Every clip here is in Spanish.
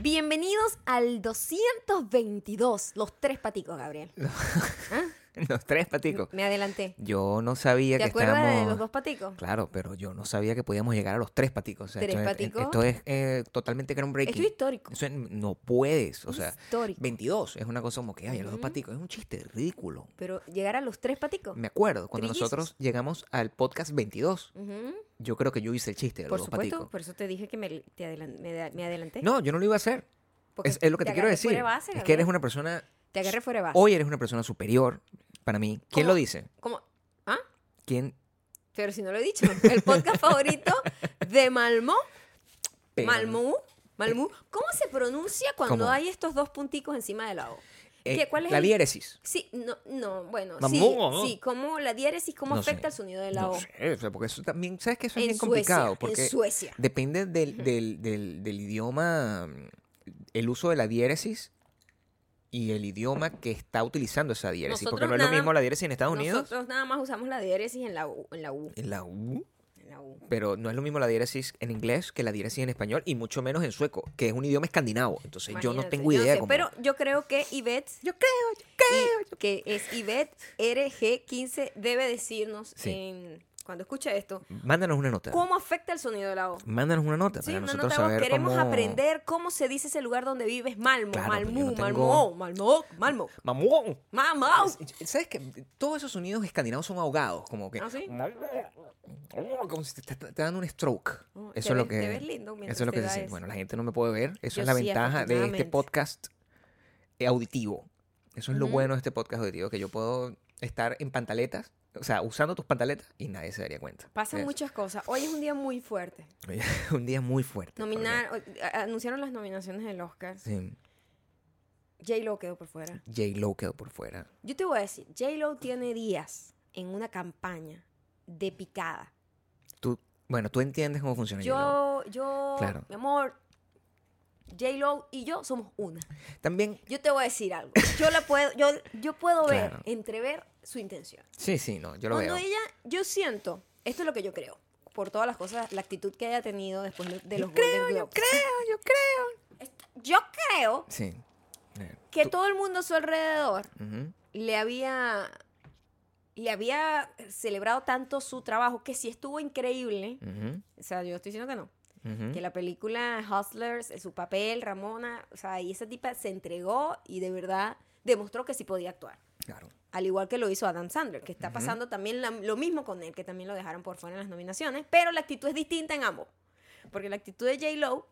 Bienvenidos al 222, los tres paticos, Gabriel. ¿Ah? Los tres paticos. Me adelanté. Yo no sabía ¿Te que acuerdas de estábamos. los dos paticos? Claro, pero yo no sabía que podíamos llegar a los tres paticos. O sea, ¿Tres esto es- paticos? Esto es eh, totalmente groundbreaking. Esto es histórico. Eso es- no puedes. O sea, Histórico. 22 es una cosa como que, ay, a los dos paticos. Es un chiste ridículo. Pero llegar a los tres paticos. Me acuerdo cuando Trillizos. nosotros llegamos al podcast 22. Ujú. Yo creo que yo hice el chiste de los Por dos supuesto, paticos. por eso te dije que me, te adelan- me da- me adelanté. No, yo no lo iba a hacer. Porque Es, es lo que te, quiero agarré decir. fuera de base, es que eres Gabriel. una persona. Te agarré fuera de base. Hoy eres una persona superior para mí. ¿Quién ¿Cómo? lo dice? ¿Cómo? ¿Ah? ¿Quién? Pero si no lo he dicho. El podcast favorito de Malmö. Pero- Malmö. Malmö. ¿Cómo se pronuncia cuando ¿Cómo? hay estos dos punticos encima de la O? Eh, ¿Qué- ¿Cuál es la el- diéresis. Sí, no, no bueno, Malmö, sí, ¿no? sí, cómo la diéresis, cómo No afecta sé. el sonido de la no O. sé, o sea, porque eso también, ¿sabes que eso es En bien Suecia, complicado? en Porque Suecia. depende del, del- del- del idioma, mm, el uso de la diéresis y el idioma que está utilizando esa diéresis. porque Nosotros no es nada- lo mismo la diéresis en Estados Unidos, Nosotros nada más usamos la diéresis en la U, en la U, en la U, en la U. pero no es lo mismo la diéresis en inglés que la diéresis en español y mucho menos en sueco, que es un idioma escandinavo. Entonces yo no Imagínate, tengo yo idea. sé, cómo- Pero yo creo que Ivette, yo creo, yo creo. y- que es Ivette RG15, debe decirnos Sí. en- cuando escucha esto, Mándanos una nota. cómo afecta el sonido de la O. Mándanos una nota Sí, para una nosotros nota de voz. saber Queremos cómo... aprender cómo se dice ese lugar donde vives, Malmo, Claro, pero yo Malmú, no Malmó, tengo- Malmó, Malmó, ¡Mamón! Malmó. ¿Sabes que Todos esos sonidos escandinavos son ahogados, como que... ¿Ah, sí? Como si te, está- te dan un stroke. Oh, te eso es lo ves- que... te ves lindo mientras eso es lo te que da dicen. eso. Bueno, la gente no me puede ver. Eso Yo es la sí, ventaja de este afortunadamente. podcast eh, auditivo. Eso es lo Ujú. bueno de este podcast auditivo, que yo puedo estar en pantaletas, o sea, usando tus pantaletas y nadie se daría cuenta. Pasan Es- muchas cosas. Hoy es un día muy fuerte. un día muy fuerte. porque- Nominar, o- a- anunciaron las nominaciones del Oscar. Sí, J-Lo quedó por fuera. J-Lo quedó por fuera. Yo te voy a decir, J-Lo tiene días en una campaña de picada. Tú, bueno, tú entiendes cómo funciona J-Lo. Yo, yo, Claro. mi amor, J-Lo y yo somos una. También Yo te voy a decir algo. Yo la puedo, yo, yo puedo ver, Claro. entrever su intención. Sí, sí, no, yo lo Cuando veo. ella, yo siento, esto es lo que yo creo, por todas las cosas, la actitud que haya tenido después de- de los creo, Yo creo, yo creo. Yo creo Sí. Eh, que tú- todo el mundo a su alrededor Ujú. le había le había celebrado tanto su trabajo que sí estuvo increíble. Ujú. O sea, yo estoy diciendo que no. Ujú. Que la película Hustlers, eh, su papel, Ramona, o sea, y esa tipa se entregó y de verdad demostró que sí podía actuar. Claro. Al igual que lo hizo Adam Sandler, que está pasando también la- lo mismo con él, que también lo dejaron por fuera en las nominaciones, pero la actitud es distinta en ambos. Porque la actitud de J. Lo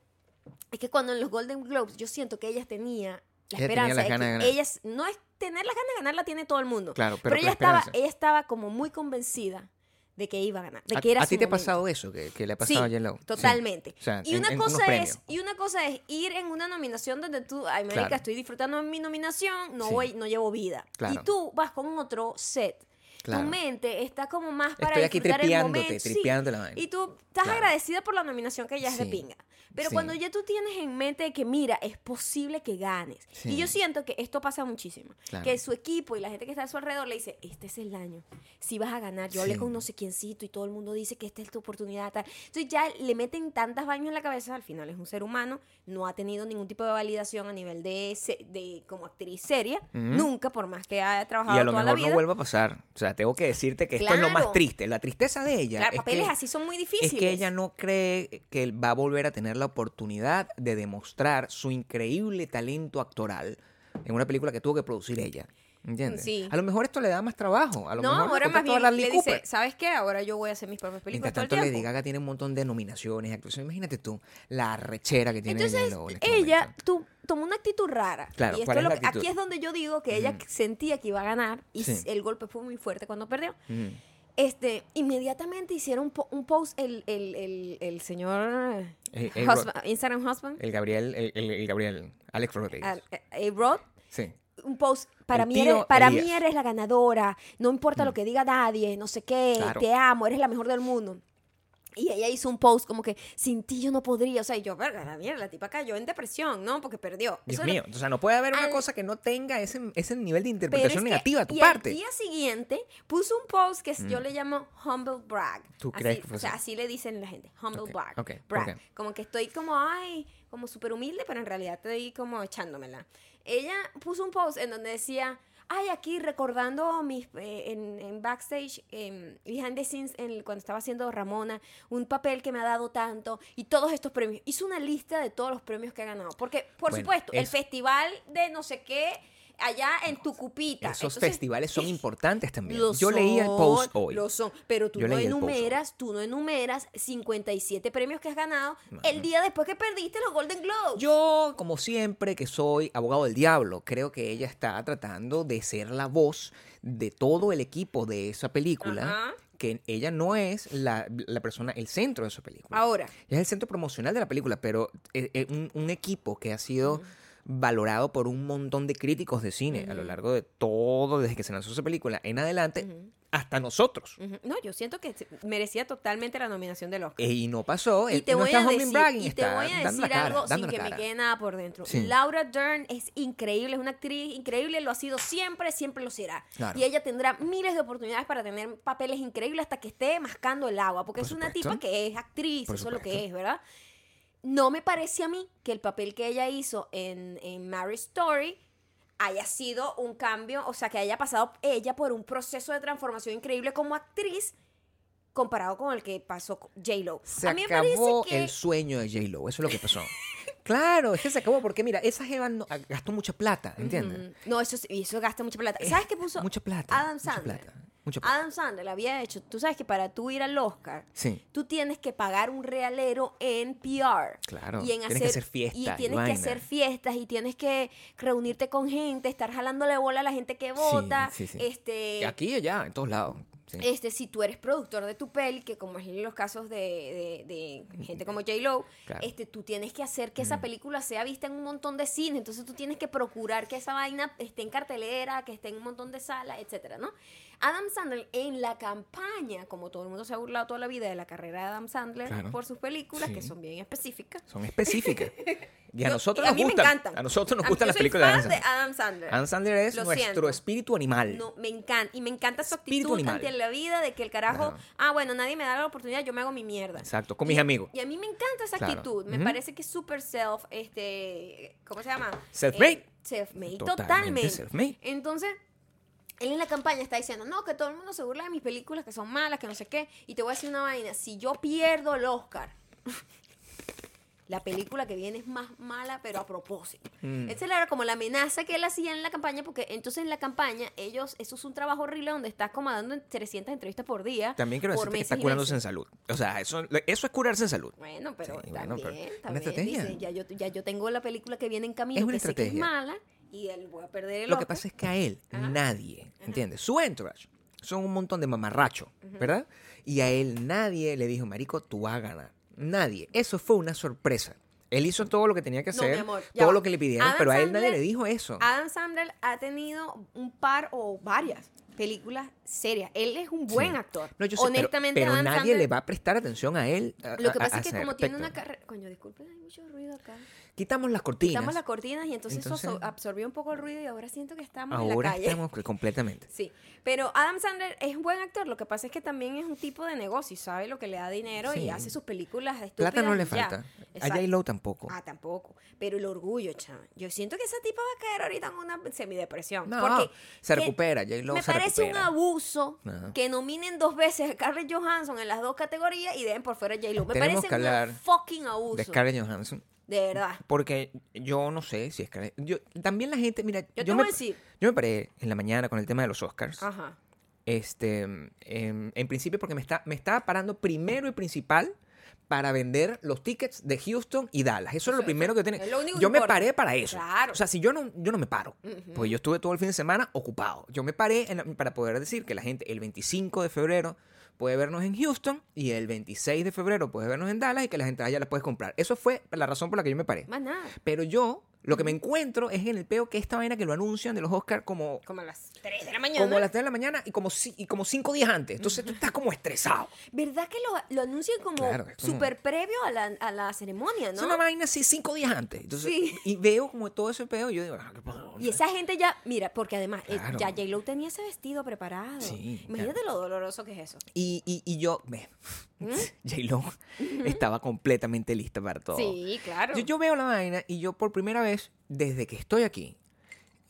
es que cuando en los Golden Globes yo siento que ella tenía la Ella tenía esperanza las de ganas que de ganar. ella s- no es tener las ganas de ganar la tiene todo el mundo. Claro, pero con ella la estaba esperanza. ella estaba como muy convencida de que iba a ganar, de ¿A, que era a su ti te ha momento. pasado eso que, que le ha pasado Sí, a J-Lo? Sí. Totalmente. O sea, y, en- una en unos cosa es, premios. y una cosa es ir en una nominación donde tú, ay, marica, Claro. estoy disfrutando de mi nominación, no Sí. voy, no llevo vida. Claro. Y tú vas con otro set. Claro. Tu mente está como más para Estoy aquí disfrutar el tripeándote, momento. sí. tripeándote la vaina. Y tú estás Claro. agradecida por la nominación que ya es de Sí. pinga. Pero Sí. cuando ya tú tienes en mente que, mira, es posible que ganes. Sí. Y yo siento que esto pasa muchísimo. Claro. Que su equipo y la gente que está a su alrededor le dice, este es el año. Si vas a ganar, yo hablé Sí. con no sé quiéncito y todo el mundo dice que esta es tu oportunidad. Tal. Entonces ya le meten tantas baños en la cabeza, al final es un ser humano, no ha tenido ningún tipo de validación a nivel de, se- de como actriz seria, nunca, por más que haya trabajado Y a lo toda mejor la vida. no vuelva a pasar. O sea, tengo que decirte que esto es lo Claro. más triste. La tristeza de ella. Claro, es papeles que- así son muy Es difíciles. que ella no cree que él va a volver a tener la oportunidad de demostrar su increíble talento actoral en una película que tuvo que producir ella. ¿Entiendes? Sí. A lo mejor esto le da más trabajo. A lo No, mejor le ahora más contrató a bien Bradley le dice, Cooper. ¿sabes qué? Ahora yo voy a hacer mis propias películas Mientras todo el tanto, Lady tiempo". Gaga tiene un montón de nominaciones, actuaciones. Imagínate tú, la rechera que tiene Entonces, J-Lo en este ella momento. tu- tomó una actitud rara. Claro, y esto ¿cuál es es lo la que- aquí actitud? es donde yo digo que ella sentía que iba a ganar y Sí. s- el golpe fue muy fuerte cuando perdió. Ujú. Este, inmediatamente hicieron po- un post el, el, el, el señor Eh, eh, husband- Instagram Husband, El Gabriel, el, el- el Gabriel, Alex Rodríguez. a- a- A-Rod, sí. un post para, El mí tío eres, para mí Elías. Mm. eres la ganadora, no importa lo que diga nadie, no sé qué, Claro. te amo, eres la mejor del mundo. Y ella hizo un post como que sin ti yo no podría. O sea, y yo, verga, la mierda, la tipa cayó en depresión, ¿no? Porque perdió. Dios Eso era- mío, o sea, no puede haber una al- cosa que no tenga ese, ese nivel Pero de es interpretación que- negativa de tu y parte. Mm. Al día siguiente puso un post que yo le llamo humble brag. ¿Tú Así- crees que fue O sea, así? así le dicen la gente, humble Ok, brag. ok, brag. ok. Como que estoy como, ay, como súper humilde, pero en realidad estoy como echándomela. Ella puso un post en donde decía, ay, aquí recordando mis, eh, en, en backstage, en behind the scenes, en- cuando estaba haciendo Ramona, un papel que me ha dado tanto y todos estos premios. Hizo una lista de todos los premios que ha ganado. Porque, por Bueno, supuesto, el eso- festival de no sé qué allá en Tucupita. Esos Entonces, festivales son importantes también. lo Yo leí el post son, hoy. Lo son, pero tú Yo no leí el post hoy. enumeras, tú no enumeras 57 premios que has ganado el día después que perdiste los Golden Globes. Yo, como siempre, que soy abogado del diablo, creo que ella está tratando de ser la voz de todo el equipo de esa película, Ajá. que ella no es la, la persona, el centro de esa película. Ahora, Es el centro promocional de la película, pero eh, eh, un, un equipo que ha sido Mm. valorado por un montón de críticos de cine a lo largo de todo, desde que se lanzó esa película en adelante, hasta nosotros. ujú, no, yo siento que se- merecía totalmente la nominación del Oscar. E- y no pasó. Y eh, te, no voy está a Humbling decir, Bragging, y te está voy a dando la decir cara, algo dando sin la que me cara. quede nada por dentro. Sí. Laura Dern es increíble, es una actriz increíble, lo ha sido siempre, siempre lo será. Claro. Y ella tendrá miles de oportunidades para tener papeles increíbles hasta que esté mascando el agua, porque Por es una supuesto. tipa que es actriz, Por eso es lo que supuesto. es, ¿verdad? No me parece a mí que el papel que ella hizo en, en Marriage Story haya sido un cambio, o sea, que haya pasado ella por un proceso de transformación increíble como actriz comparado con el que pasó con J-Lo. Se a mí me parece acabó que... el sueño de J-Lo. Eso es lo que pasó. claro, es que se acabó porque, mira, esa Jeva no- ah, gastó mucha plata, ¿entiendes? Ujú. mm, No, eso, es- y eso gasta mucha plata. ¿Sabes qué puso? Mucha plata. Adam mucha Sandler. plata, mucha plata. Adam Sandler había hecho, tú sabes que para tú ir al Oscar, Sí. tú tienes que pagar un realero en PR. Claro, Y en tienes que hacer fiestas Y y tienes que vaina. hacer fiestas y tienes que reunirte con gente, estar jalándole bola a la gente que vota. sí, sí. Este, Aquí y allá, en todos lados. sí. este, si tú eres productor de tu peli, que como es en los casos de, de- de gente como J-Lo, Claro. este, tú tienes que hacer que esa película sea vista en un montón de cine, entonces tú tienes que procurar que esa vaina esté en cartelera, que esté en un montón de salas, etcétera, ¿no? Adam Sandler en la campaña, como todo el mundo se ha burlado toda la vida de la carrera de Adam Sandler Claro. por sus películas, Sí. que son bien específicas. Son específicas. Y a Yo- nosotros y a nos mí gustan. me encantan. A nosotros nos mí- gustan yo las soy películas de fan Adam Sandler. Adam Sandler. Adam Sandler es Lo nuestro siento. espíritu animal. No, me encanta. Y me encanta su Espíritu actitud animal. ante la vida de que el carajo, Claro. ah, bueno, nadie me da la oportunidad, yo me hago mi mierda. Exacto, con mis amigos. Y a mí me encanta esa Claro. actitud. Me Ujú. parece que es súper self, este, ¿cómo se llama? Self-made. Eh, self-made, Totalmente totalmente. self-made. Entonces, él en la campaña está diciendo, no, que todo el mundo se burla de mis películas, que son malas, que no sé qué. Y te voy a decir una vaina, si yo pierdo el Oscar, la película que viene es más mala, pero a propósito. Mm. Esa era como la amenaza que él hacía en la campaña, porque entonces en la campaña, ellos, eso es un trabajo horrible donde estás como dando 300 entrevistas por día. También quiero por decirte que meses está y curándose meses. en salud. O sea, eso, eso es curarse en salud. Bueno, pero Sí, bueno, también, pero una también estrategia. dice, ya yo, ya yo tengo la película que viene en camino, Es una que sé que es estrategia. mala, y él voy a perder el Lo que Oscar. pasa es que a él Ajá. nadie, ¿entiendes? Su entourage son un montón de mamarracho, ¿verdad? Y a él nadie le dijo, marico, tú vas a ganar. Nadie. Eso fue una sorpresa. Él hizo todo lo que tenía que No, mi hacer, amor, ya todo va. lo que le pidieron, Adam pero a él nadie Sandler- le dijo eso. Adam Sandler ha tenido un par o varias películas serias. Él es un buen Sí. actor. No, yo sé, pero- Honestamente, pero, Adam nadie Sandler... le va a prestar atención a él. a- Lo que a- a pasa es que ese como tiene una aspecto. carrera... Coño, disculpen, hay mucho ruido acá. Quitamos las cortinas. Quitamos las cortinas y entonces, eso Entonces- absorbió un poco el ruido y ahora siento que estamos en la Ahora calle. estamos que- completamente. Sí, pero Adam Sandler es un buen actor, lo que pasa es que también es un tipo de negocio, y sabe lo que le da dinero Sí. y hace sus películas estúpidas. Plata no le y ya. falta. A Exacto. J-Lo tampoco. Ah, tampoco. Pero el orgullo, chaval. Yo siento que esa tipa va a caer ahorita en una semidepresión. No, porque se que- recupera, J-Lo Me se parece un recupera. abuso Ajá. que nominen dos veces a Scarlett Johansson en las dos categorías y dejen por fuera a J-Lo. Me Tenemos parece que un hablar fucking abuso. De De, Scarlett Johansson. verdad. Porque yo no sé si Scarlett. Yo, también la gente, mira, Yo te me, voy a decir- Ah. yo me paré en la mañana con el tema de los Oscars. Ajá. Este, em, en principio, porque me, está, me estaba parando primero y principal para vender los tickets de Houston y Dallas. Eso era lo Eso- primero que eso tenía. es lo único que yo me importa. paré para eso. Claro. O sea, si yo no, yo no me paro, pues yo estuve todo el fin de semana ocupado. Yo me paré en la- para poder decir que la gente el 25 de febrero puede vernos en Houston y el 26 de febrero puede vernos en Dallas y que las entradas ya las puedes comprar. Eso fue la razón por la que yo me paré. Más nada. Pero yo Lo que me encuentro es en el peo que esta vaina que lo anuncian de los Oscars como, Como a las 3 de la mañana. como a las 3 de la mañana y como, ci- y como 5 días antes. Entonces tú estás como estresado. ¿Verdad que lo, lo anuncian como Claro, es como- súper previo a la, a la ceremonia, Es no? una vaina así 5 días antes. Entonces, Sí. Y veo como todo ese peo y yo digo, ah, qué pedo. Y esa gente ya, mira, porque además eh, Claro. ya J-Lo tenía ese vestido preparado. Sí, Imagínate lo doloroso que es eso. Y, y, y yo, me, ¿Mm? J-Lo estaba completamente lista para todo. Sí, claro. Yo, yo veo la vaina y yo por primera vez, desde que estoy aquí,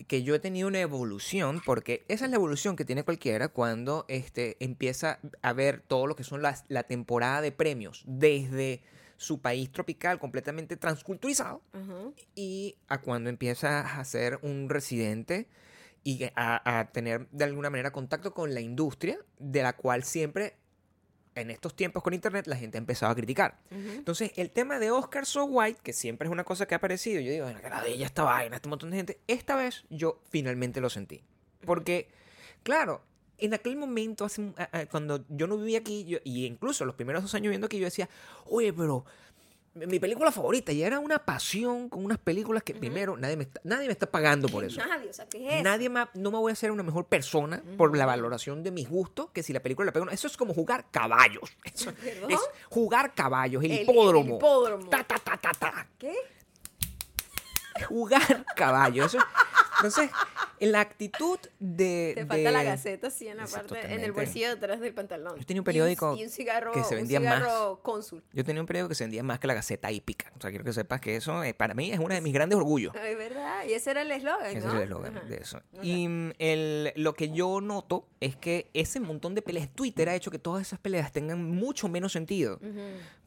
que yo he tenido una evolución, porque esa es la evolución que tiene cualquiera cuando este, empieza a ver todo lo que son las, la temporada de premios, desde su país tropical completamente transculturizado Ajá. y a cuando empiezas a ser un residente y que- a, a tener de alguna manera contacto con la industria de la cual siempre en estos tiempos con internet la gente ha empezado a criticar. Entonces, el tema de Oscar So White, que siempre es una cosa que ha aparecido, yo digo, "Bueno, que la de ella esta vaina, este montón de gente, esta vez yo finalmente lo sentí. Porque, claro, en aquel momento, hace un- a- a- cuando yo no vivía aquí, yo- y incluso los primeros dos años viviendo aquí, yo decía, oye, pero mi mi película favorita, y era una pasión con unas películas que primero nadie me está, nadie me está pagando por eso. Nadie, o sea, ¿qué es eso? Nadie me, ha- no me voy a hacer una mejor persona por la valoración de mis gustos que si la película la pega. o no. Eso es como jugar caballos. Eso ¿Perdón? es jugar caballos, el, El- el hipódromo. hipódromo. Ta, ta, ta, ta, ta. ¿Qué? Jugar caballos. Eso- entonces, la actitud de. Te falta la de- gaceta así en la Eso, parte, en el totalmente. bolsillo detrás del pantalón. Yo tenía un periódico y un, cigarro, que se vendía un más. cigarro cónsul. Yo tenía un periódico que se vendía más que la gaceta hípica. O sea, quiero que sepas que eso, eh, para mí, es uno de mis grandes orgullos. Ay, ¿verdad? Y ese era el eslogan, ¿no? Ese es el eslogan Ajá. de eso. Y mm, el, lo que yo noto es que ese montón de peleas, Twitter ha hecho que todas esas peleas tengan mucho menos sentido.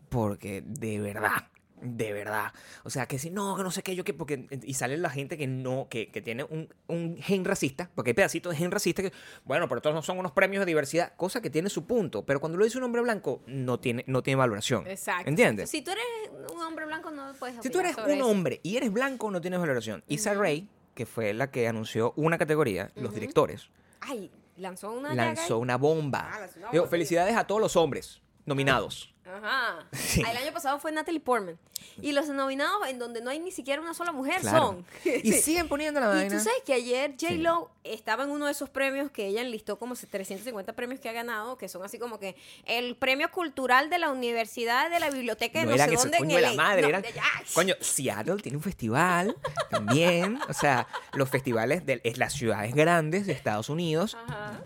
Porque de verdad, de verdad. O sea, que si no, que no sé qué, yo que porque. Y sale la gente que no, que, que tiene un, un gen racista, porque hay pedacitos de gen racista que, bueno, pero todos no son unos premios de diversidad, cosa que tiene su punto. Pero cuando lo dice un hombre blanco, no tiene, no tiene valoración. Exacto. ¿Entiendes? Si tú eres un hombre blanco, no puedes Si tú opinar eres sobre un eso. hombre y eres blanco, no tienes valoración. Issa Rae, que fue la que anunció una categoría, los directores, Ay, lanzó una llaga lanzó ahí. una bomba. Ah, lanzó una Digo, bomba, sí. felicidades a todos los hombres nominados. Ajá. El año pasado fue Natalie Portman. Y los nominados en donde no hay ni siquiera una sola mujer Claro. son. Y siguen poniendo la Y vaina. tú sabes que ayer J. Lo estaba en uno de esos premios que ella enlistó como 350 premios que ha ganado, que son así como que el premio cultural de la Universidad de la Biblioteca de no no, eran sé ese dónde en coño de la LA. madre. No, eran, de- ¡ay! coño, Seattle tiene un festival también. O sea, los festivales de es las ciudades grandes de Estados Unidos.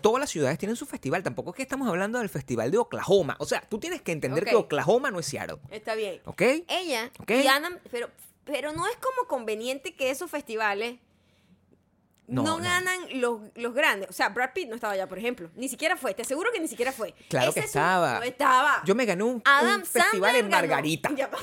Todas las ciudades tienen su festival. Tampoco es que estamos hablando del festival de Oklahoma. O sea, tú tienes que entender que Ok. Oklahoma no es Seattle. Está bien. ¿Ok? Ella Ok. y Ana, pero, pero no es como conveniente que esos festivales no, No, no. ganan los, los grandes. O sea, Brad Pitt no estaba allá, por ejemplo. Ni siquiera fue. Te aseguro que ni siquiera fue. Claro Ese que es un- estaba. No estaba. Yo me gané un, un Adam festival Sandler en ganó. Margarita. Ya va.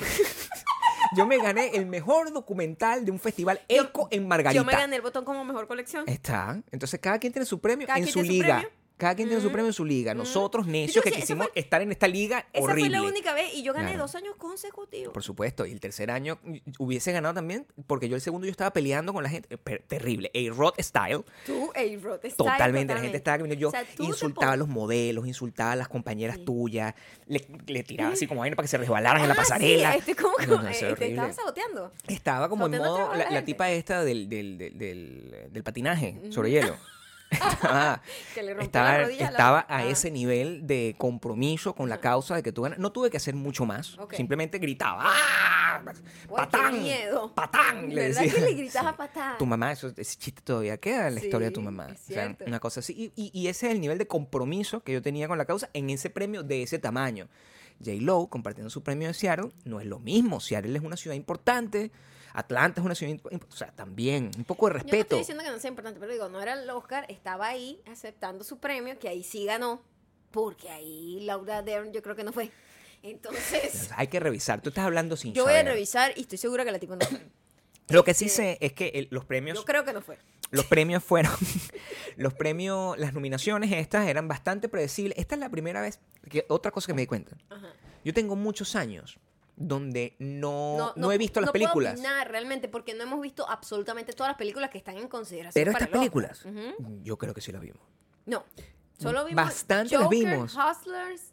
Yo me gané el mejor documental de un festival Yo- eco en Margarita. Yo me gané el botón como mejor colección. Está. Entonces cada quien tiene su premio Cada en quien su tiene su liga. premio. Mm. cada quien tiene su premio en su liga. Nosotros, Yo necios, te que voy a decir, esa quisimos fue- estar en esta liga Esa fue horrible. la única vez y yo gané Claro. dos años consecutivos. Por supuesto, y el tercer año hubiese ganado también, porque yo el segundo yo estaba peleando con la gente. eh, per- terrible. A Rod Style. Tú, el brote está Totalmente, la gente estaba gritando. Yo O sea, tú te insultaba a los modelos, insultaba a las compañeras tuyas, le, le tiraba así como vaina para que se resbalaran en la Ah, sí, pasarela. este, ¿cómo- No, cómo- no, eso eh, era te horrible. estaba saboteando. Estaba como en Sorteando modo trabajo a la la, la gente. tipa esta del, del, del, del- del patinaje sobre hielo. Estaba, Que le rompió estaba, la rodilla a la estaba otra. a Ah. ese nivel de compromiso con la causa de que tú ganas. No tuve que hacer mucho más. Ok. Simplemente gritaba. ¡Ah! Guau, qué ¡Patán! miedo. ¡Patán! Le ¿Verdad decía. que le gritas Sí. a patán? Tu mamá, eso, ese chiste todavía queda en la historia de tu Sí, mamá. es O sea, cierto. una cosa así. Y, y- y ese es el nivel de compromiso que yo tenía con la causa en ese premio de ese tamaño. J. Lowe compartiendo su premio de Seattle no es lo mismo. Seattle es una ciudad importante. Atlanta es una ciudad importante. O sea, también, un poco Yo de no estoy respeto. diciendo que no sea importante, pero digo, no era el Oscar, estaba ahí aceptando su premio, que ahí sí ganó, porque ahí Laura Dern yo creo que no fue. Entonces, Hay que revisar. Tú estás hablando sin yo voy a saber. revisar y estoy segura que la tipo no fue. Lo que sí sé es que el- los premios Yo creo que no fue. Los premios fueron. los premios, las nominaciones estas eran bastante predecibles. Esta es la primera vez. Que, otra cosa que me di cuenta. Ajá. Yo tengo muchos años donde no, No, no, he visto las películas. No puedo opinar realmente porque no hemos visto absolutamente todas las películas que están en consideración. Pero para estas el Oscar. películas, Ujú. yo creo que sí las vimos. No. Solo vimos. Bastante las Joker, vimos. Hustlers,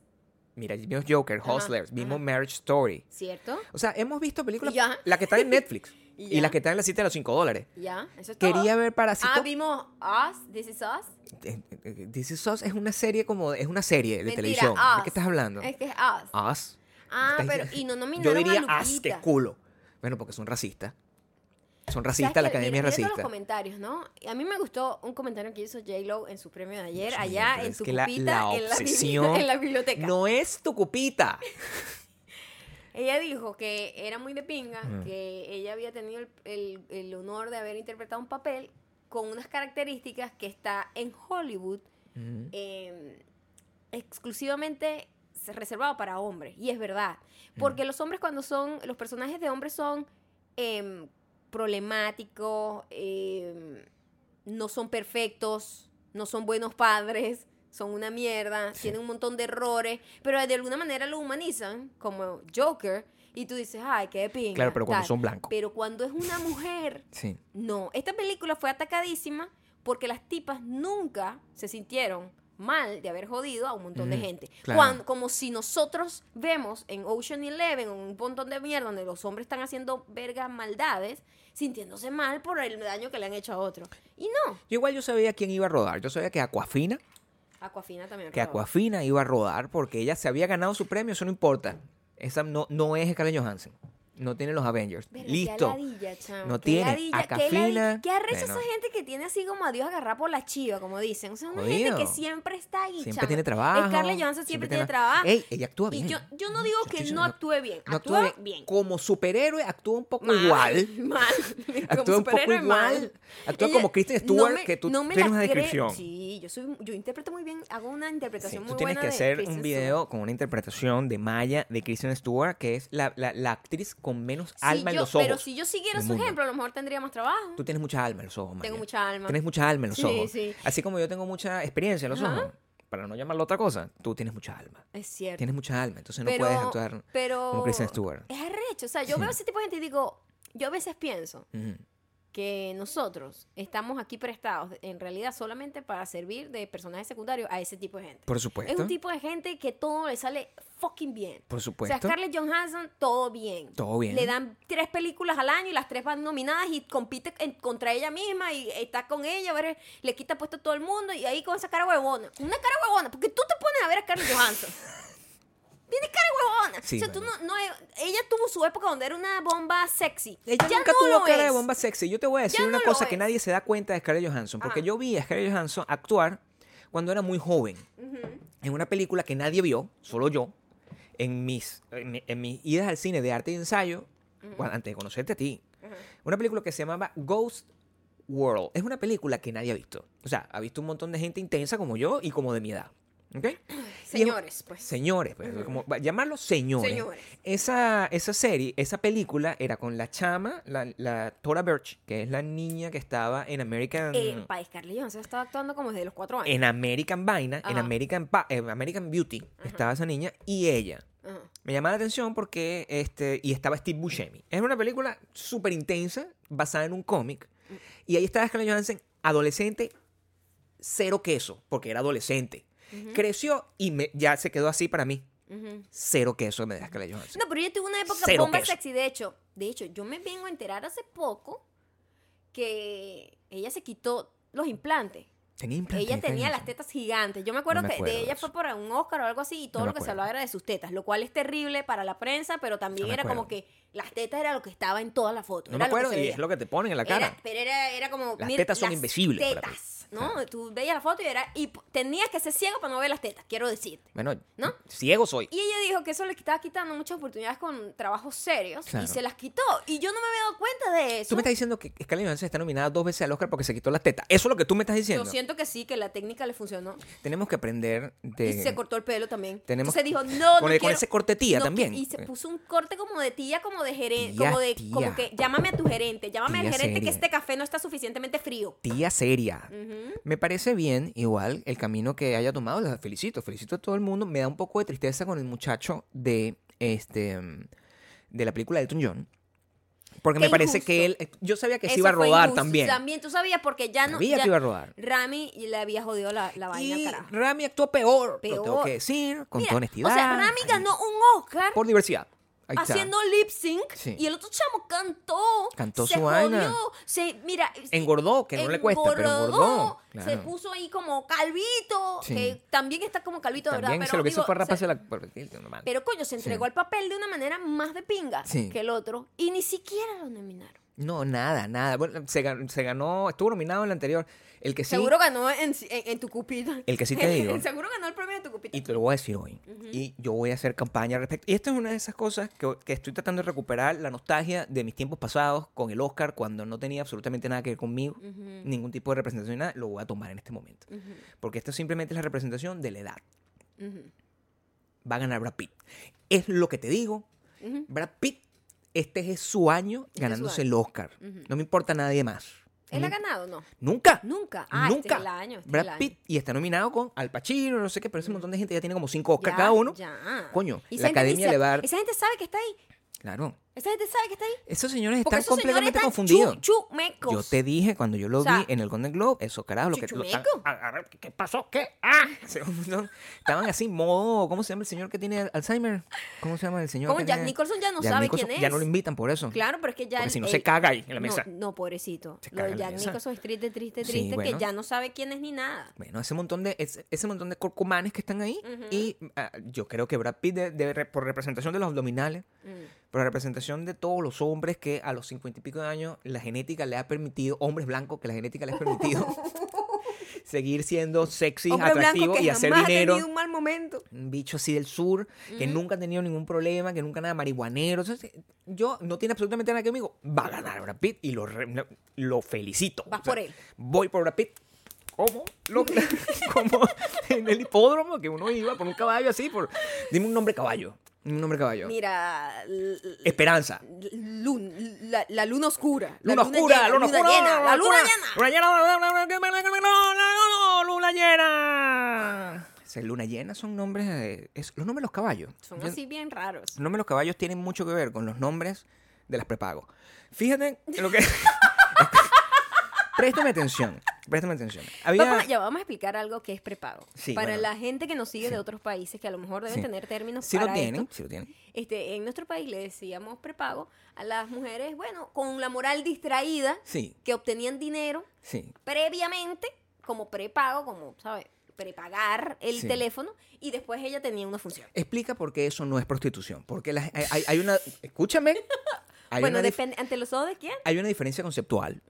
Mira, vimos Joker, Ajá, Hustlers, vimos ajá. Marriage Story. ¿Cierto? O sea, hemos visto películas, Y ya. la que está en Netflix Y y, ya. la que está en la cita de los 5 dólares. Ya, eso es Quería todo. ver Parásito. Ah, vimos Us, This Is Us. Eh, eh, This Is Us es una serie como, es una serie de Mentira, televisión. Us. ¿De qué estás hablando? Es que es Us. As. Ah, Estás- pero y no Yo nominaron a diría Lupita. as, que culo. Bueno, porque son racistas. Son racistas, ¿Sabes la qué? academia Mira, es mira todos racista. los comentarios, ¿no? Y A mí me gustó un comentario que hizo J-Lo en su premio de ayer, Dios mío, allá pero en es su que la- cupita, la en, la bibli- obsesión en la biblioteca. No es tu cupita. Ella dijo que era muy de pinga, Mm. que ella había tenido el, el- el honor de haber interpretado un papel con unas características que está en Hollywood Mm. eh, exclusivamente se- reservado para hombres. Y es verdad. Porque los hombres cuando son, los personajes de hombres son em, problemáticos, em, no son perfectos, no son buenos padres, son una mierda, tienen un montón de errores, pero de alguna manera lo humanizan, como Joker, y tú dices, ay, qué de pinga. Claro, pero cuando tal". son blancos. Pero cuando es una mujer... Sí. No, esta película fue atacadísima porque las tipas nunca se sintieron mal de haber jodido a un montón de Mm, gente. claro. Cuan- como si nosotros vemos en Ocean Eleven un montón de mierda donde los hombres están haciendo vergas maldades, sintiéndose mal por el daño que le han hecho a otro. Y no, Yo igual yo sabía quién iba a rodar. Yo sabía que Aquafina, Aquafina también. que rodó. Aquafina iba a rodar porque ella se había ganado su premio, eso no importa. Esa no, no es Scarlett Johansson. No tiene los Avengers. Verga, qué Listo. ladilla, chamo, No qué tiene ladilla, qué acafina. ladilla. Qué arrecha Bueno. esa gente que tiene así como a Dios agarrar por la chiva, como dicen. O sea, una gente Jodido. que siempre está ahí, Siempre chamo. tiene trabajo. Scarlett Johansson siempre, tiene la- trabajo. Ey, ella actúa bien. Y yo, yo no digo Yo que estoy no diciendo- actúe bien, No actúa, bien. Como superhéroe actúa un poco Mal, igual. Mal. Actúa un poco superhéroe, igual. Actúa como Kristen Stewart, no me- que tú no me tienes la una creo. descripción. Sí, yo, soy, yo interpreto muy bien, hago una Sí, interpretación muy tú tienes buena que de hacer Kristen un video con una interpretación de Maya de Kristen Stewart, que es la, la- la actriz con menos Stewart. alma Sí, en yo- los ojos. Pero si yo siguiera del su mundo. ejemplo, a lo mejor tendría más trabajo. Tú tienes mucha alma en los ojos, Maya. Tengo mucha alma. Tienes mucha alma en los Sí, ojos. sí. Así como yo tengo mucha experiencia en los Ajá. ojos, para no llamarlo otra cosa, tú tienes mucha alma. Es cierto. Tienes mucha alma, entonces no puedes actuar pero como Kristen Stewart. Es arrecho. O sea, yo veo ese tipo de gente y digo, yo a veces pienso Ujú. que nosotros estamos aquí prestados en realidad solamente para servir de personajes secundarios a ese tipo de gente. Por supuesto. Es un tipo de gente que todo le sale fucking bien. Por O supuesto. sea, Scarlett Johansson, todo bien. Todo bien. Le dan tres películas al año y las tres van nominadas y compite en- contra ella misma y está con ella, a ver, le quita puesto a todo el mundo y ahí con esa cara huevona. Una cara huevona, porque tú te pones a ver a Scarlett Johansson. Tiene cara huevona. Sí, o sea, tú bueno. no, no- ella tuvo su época donde era una bomba sexy. Ella Ya nunca no tuvo lo cara de es. bomba sexy. Yo te voy a decir Ya no una lo cosa que es. nadie se da cuenta de Scarlett Johansson. Porque Ah. yo vi a Scarlett Johansson actuar cuando era muy joven. En una película que nadie vio, solo yo. En mis, en, mi- en mis idas al cine de arte y ensayo, cuan- antes de conocerte a ti. Una película que se llamaba Ghost World. Es una película que nadie ha visto. O sea, ha visto un montón de gente intensa como yo y como de mi edad. ¿Ok? Y es- Señores, pues. Señores, pues, como, va- llamarlos señores. Señores. Esa, esa serie, esa película era con la chama, la, la Tora Birch, que es la niña que estaba en American. Eh, para Scarlett Johansson estaba actuando como desde los cuatro años. en American Vaina, en Ajá. American, Pa- eh, American Beauty, estaba esa niña y ella. Ajá. Me llamaba la atención porque este y estaba Steve Buscemi. Es una película súper intensa basada en un cómic y ahí estaba Scarlett Johansson adolescente cero queso porque era adolescente. Creció y me- ya se quedó así para mí. Ujú. Cero queso me da Scarlett Johansson. No, pero yo tuve una época Cero bomba queso. sexy. De hecho, de hecho, yo me vengo a enterar hace poco que ella se quitó los implantes. Tenía implantes, ella tenía Scarlett las Johansson. tetas gigantes. Yo me acuerdo No me que acuerdo de de ella eso. fue por un Oscar o algo así y todo No me lo que se acuerdo. hablaba era de sus tetas, lo cual es terrible para la prensa, pero también No me era como acuerdo. que las tetas era lo que estaba en toda la foto. No me era lo que acuerdo se y veía. es lo que te ponen en la cara. Era- pero era, era como. Las mira, tetas son invisibles para la Tetas, ¿no? Tú veías la foto y era. Y p- tenías que ser ciego para no ver las tetas, quiero decirte. Bueno, ¿No? ciego soy. Y ella dijo que eso le estaba quitando muchas oportunidades con trabajos serios Claro. y se las quitó. Y yo no me había dado cuenta de eso. Tú me estás diciendo que Scarlett Johansson está nominada dos veces al Oscar porque se quitó las tetas. Eso es lo que tú me estás Yo diciendo. siento que sí, que la técnica le funcionó. Tenemos que aprender de. Y se cortó el pelo también. tenemos- Entonces dijo, no, con no el- con quiero- ese corte tía no también. Eh. qui- Y se puso un corte como de tía, como de gerente, Tía, como de, tía. como que, llámame a tu gerente, llámame Tía al gerente que seria. este café no está suficientemente frío. Tía seria. Me parece bien, igual, el camino que haya tomado. La felicito, felicito a todo el mundo. Me da un poco de tristeza con el muchacho de este de la película de Elton John. Porque Qué me parece que él. eh, injusto. Yo sabía que se Eso iba a fue rodar injusto. también. También tú sabías porque ya no. Sabía ya- que iba a rodar. Rami le había jodido la, la vaina, Y carajo. Rami actuó peor, lo tengo Peor. que decir, con Mira, toda honestidad. O sea, Rami Ahí- ganó un Oscar Por diversidad. Ahí está. haciendo lip sync Sí. y el otro chamo cantó. Cantó se su vaina. jodió, Se, mira, Engordó, que no le cuesta, pero engordó. Se Claro. puso ahí como calvito, Sí. que también está como calvito, de También ¿verdad? se lo que hizo digo, fue se- raparse la. por- normal. Pero coño, se entregó Sí. al papel de una manera más de pinga Sí. que el otro y ni siquiera lo nominaron. No, nada, nada. Bueno, se, gan- se ganó, estuvo nominado en la anterior. El que sí. Seguro ganó en, en, en tu cupida. El que sí te digo. Seguro ganó el premio de tu cupida. Y te lo voy a decir hoy. Y yo voy a hacer campaña al respecto. Y esta es una de esas cosas que, que estoy tratando de recuperar la nostalgia de mis tiempos pasados con el Oscar cuando no tenía absolutamente nada que ver conmigo, ningún tipo de representación, nada. Lo voy a tomar en este momento. Porque esto simplemente es la representación de la edad. Va a ganar Brad Pitt. Es lo que te digo. Brad Pitt, este es su año es su ganándose año. el Oscar. No me importa nadie más. ¿Él No ha me- ganado o no? Nunca. Nunca. Ah, este Nunca. es el año, este es el Brad año. Pitt y está nominado con Al Pacino, no sé qué, pero ese montón de gente ya tiene como cinco Oscar Ya, cada uno. ya. Coño, Y esa la gente ni academia se- le va a dar. Esa gente sabe que está ahí. Claro. Esa gente sabe que está ahí. Esos señores Porque están esos señores completamente están confundidos. chu- chumecos. Yo te dije cuando yo lo O sea, vi en el Golden Globe, esos carajos, lo que. lo están- ¿chuchumeco? a- a ver, ¿Qué pasó? ¿Qué? ¡Ah! Se- no, estaban así, modo. ¿Cómo se llama el señor que tiene Alzheimer? ¿Cómo se llama el señor? Como que Jack tiene- Nicholson ya no Jack sabe Nicholson, quién es. Ya no lo invitan por eso. Claro, pero es que ya. Porque el- si no el- se caga ahí en la no, mesa. No, pobrecito. Se Lo caga de en la Jack mesa. Nicholson es triste, triste, Sí, triste, bueno. que ya no sabe quién es ni nada. Bueno, ese montón de ese, ese montón de corcumanes que están ahí y ah, yo creo que Brad Pitt de- de re- por representación de los abdominales, Mm. por la representación de todos los hombres que a los cincuenta y pico de años la genética le ha permitido hombres blancos que la genética les ha permitido seguir siendo sexy, Hombre blanco atractivos que y hacer jamás ha dinero. tenido un mal momento. Un bicho así del sur que nunca ha tenido ningún problema, que nunca nada marihuanero. Entonces, yo no tiene absolutamente nada que conmigo. Va a ganar Brad Pitt y lo, re- lo felicito. Vas por él. Voy por Brad Pitt. Como, lo- como en el hipódromo que uno iba por un caballo así. Por, dime un nombre de caballo. Dime un nombre de caballo. Mira. l- l- Esperanza. lun- la, la luna oscura. Luna oscura, llena, luna oscura, llena, la luna llena. oscura, luna llena, luna llena, luna llena, luna llena. O sea, Luna llena son nombres, de- es, los nombres de los caballos. Son Yo- así bien raros. Los nombres de los caballos tienen mucho que ver con los nombres de las prepagos. Fíjate en lo que. préstame atención. Préstame atención. Había- Vamos a, ya vamos a explicar algo que es prepago. Sí, para bueno. la gente que nos sigue de otros países, que a lo mejor deben Sí. tener términos Sí para lo tienen, esto. sí lo tienen. Este, en nuestro país le decíamos prepago a las mujeres, bueno, con la moral distraída, Sí, que obtenían dinero sí. previamente, como prepago, como, ¿sabes? Prepagar el Sí. teléfono y después ella tenía una función. Explica por qué eso no es prostitución. Porque las- eh, hay, hay- hay una. Escúchame. Hay, bueno, una dif- depende, ante los ojos de quién. hay una diferencia conceptual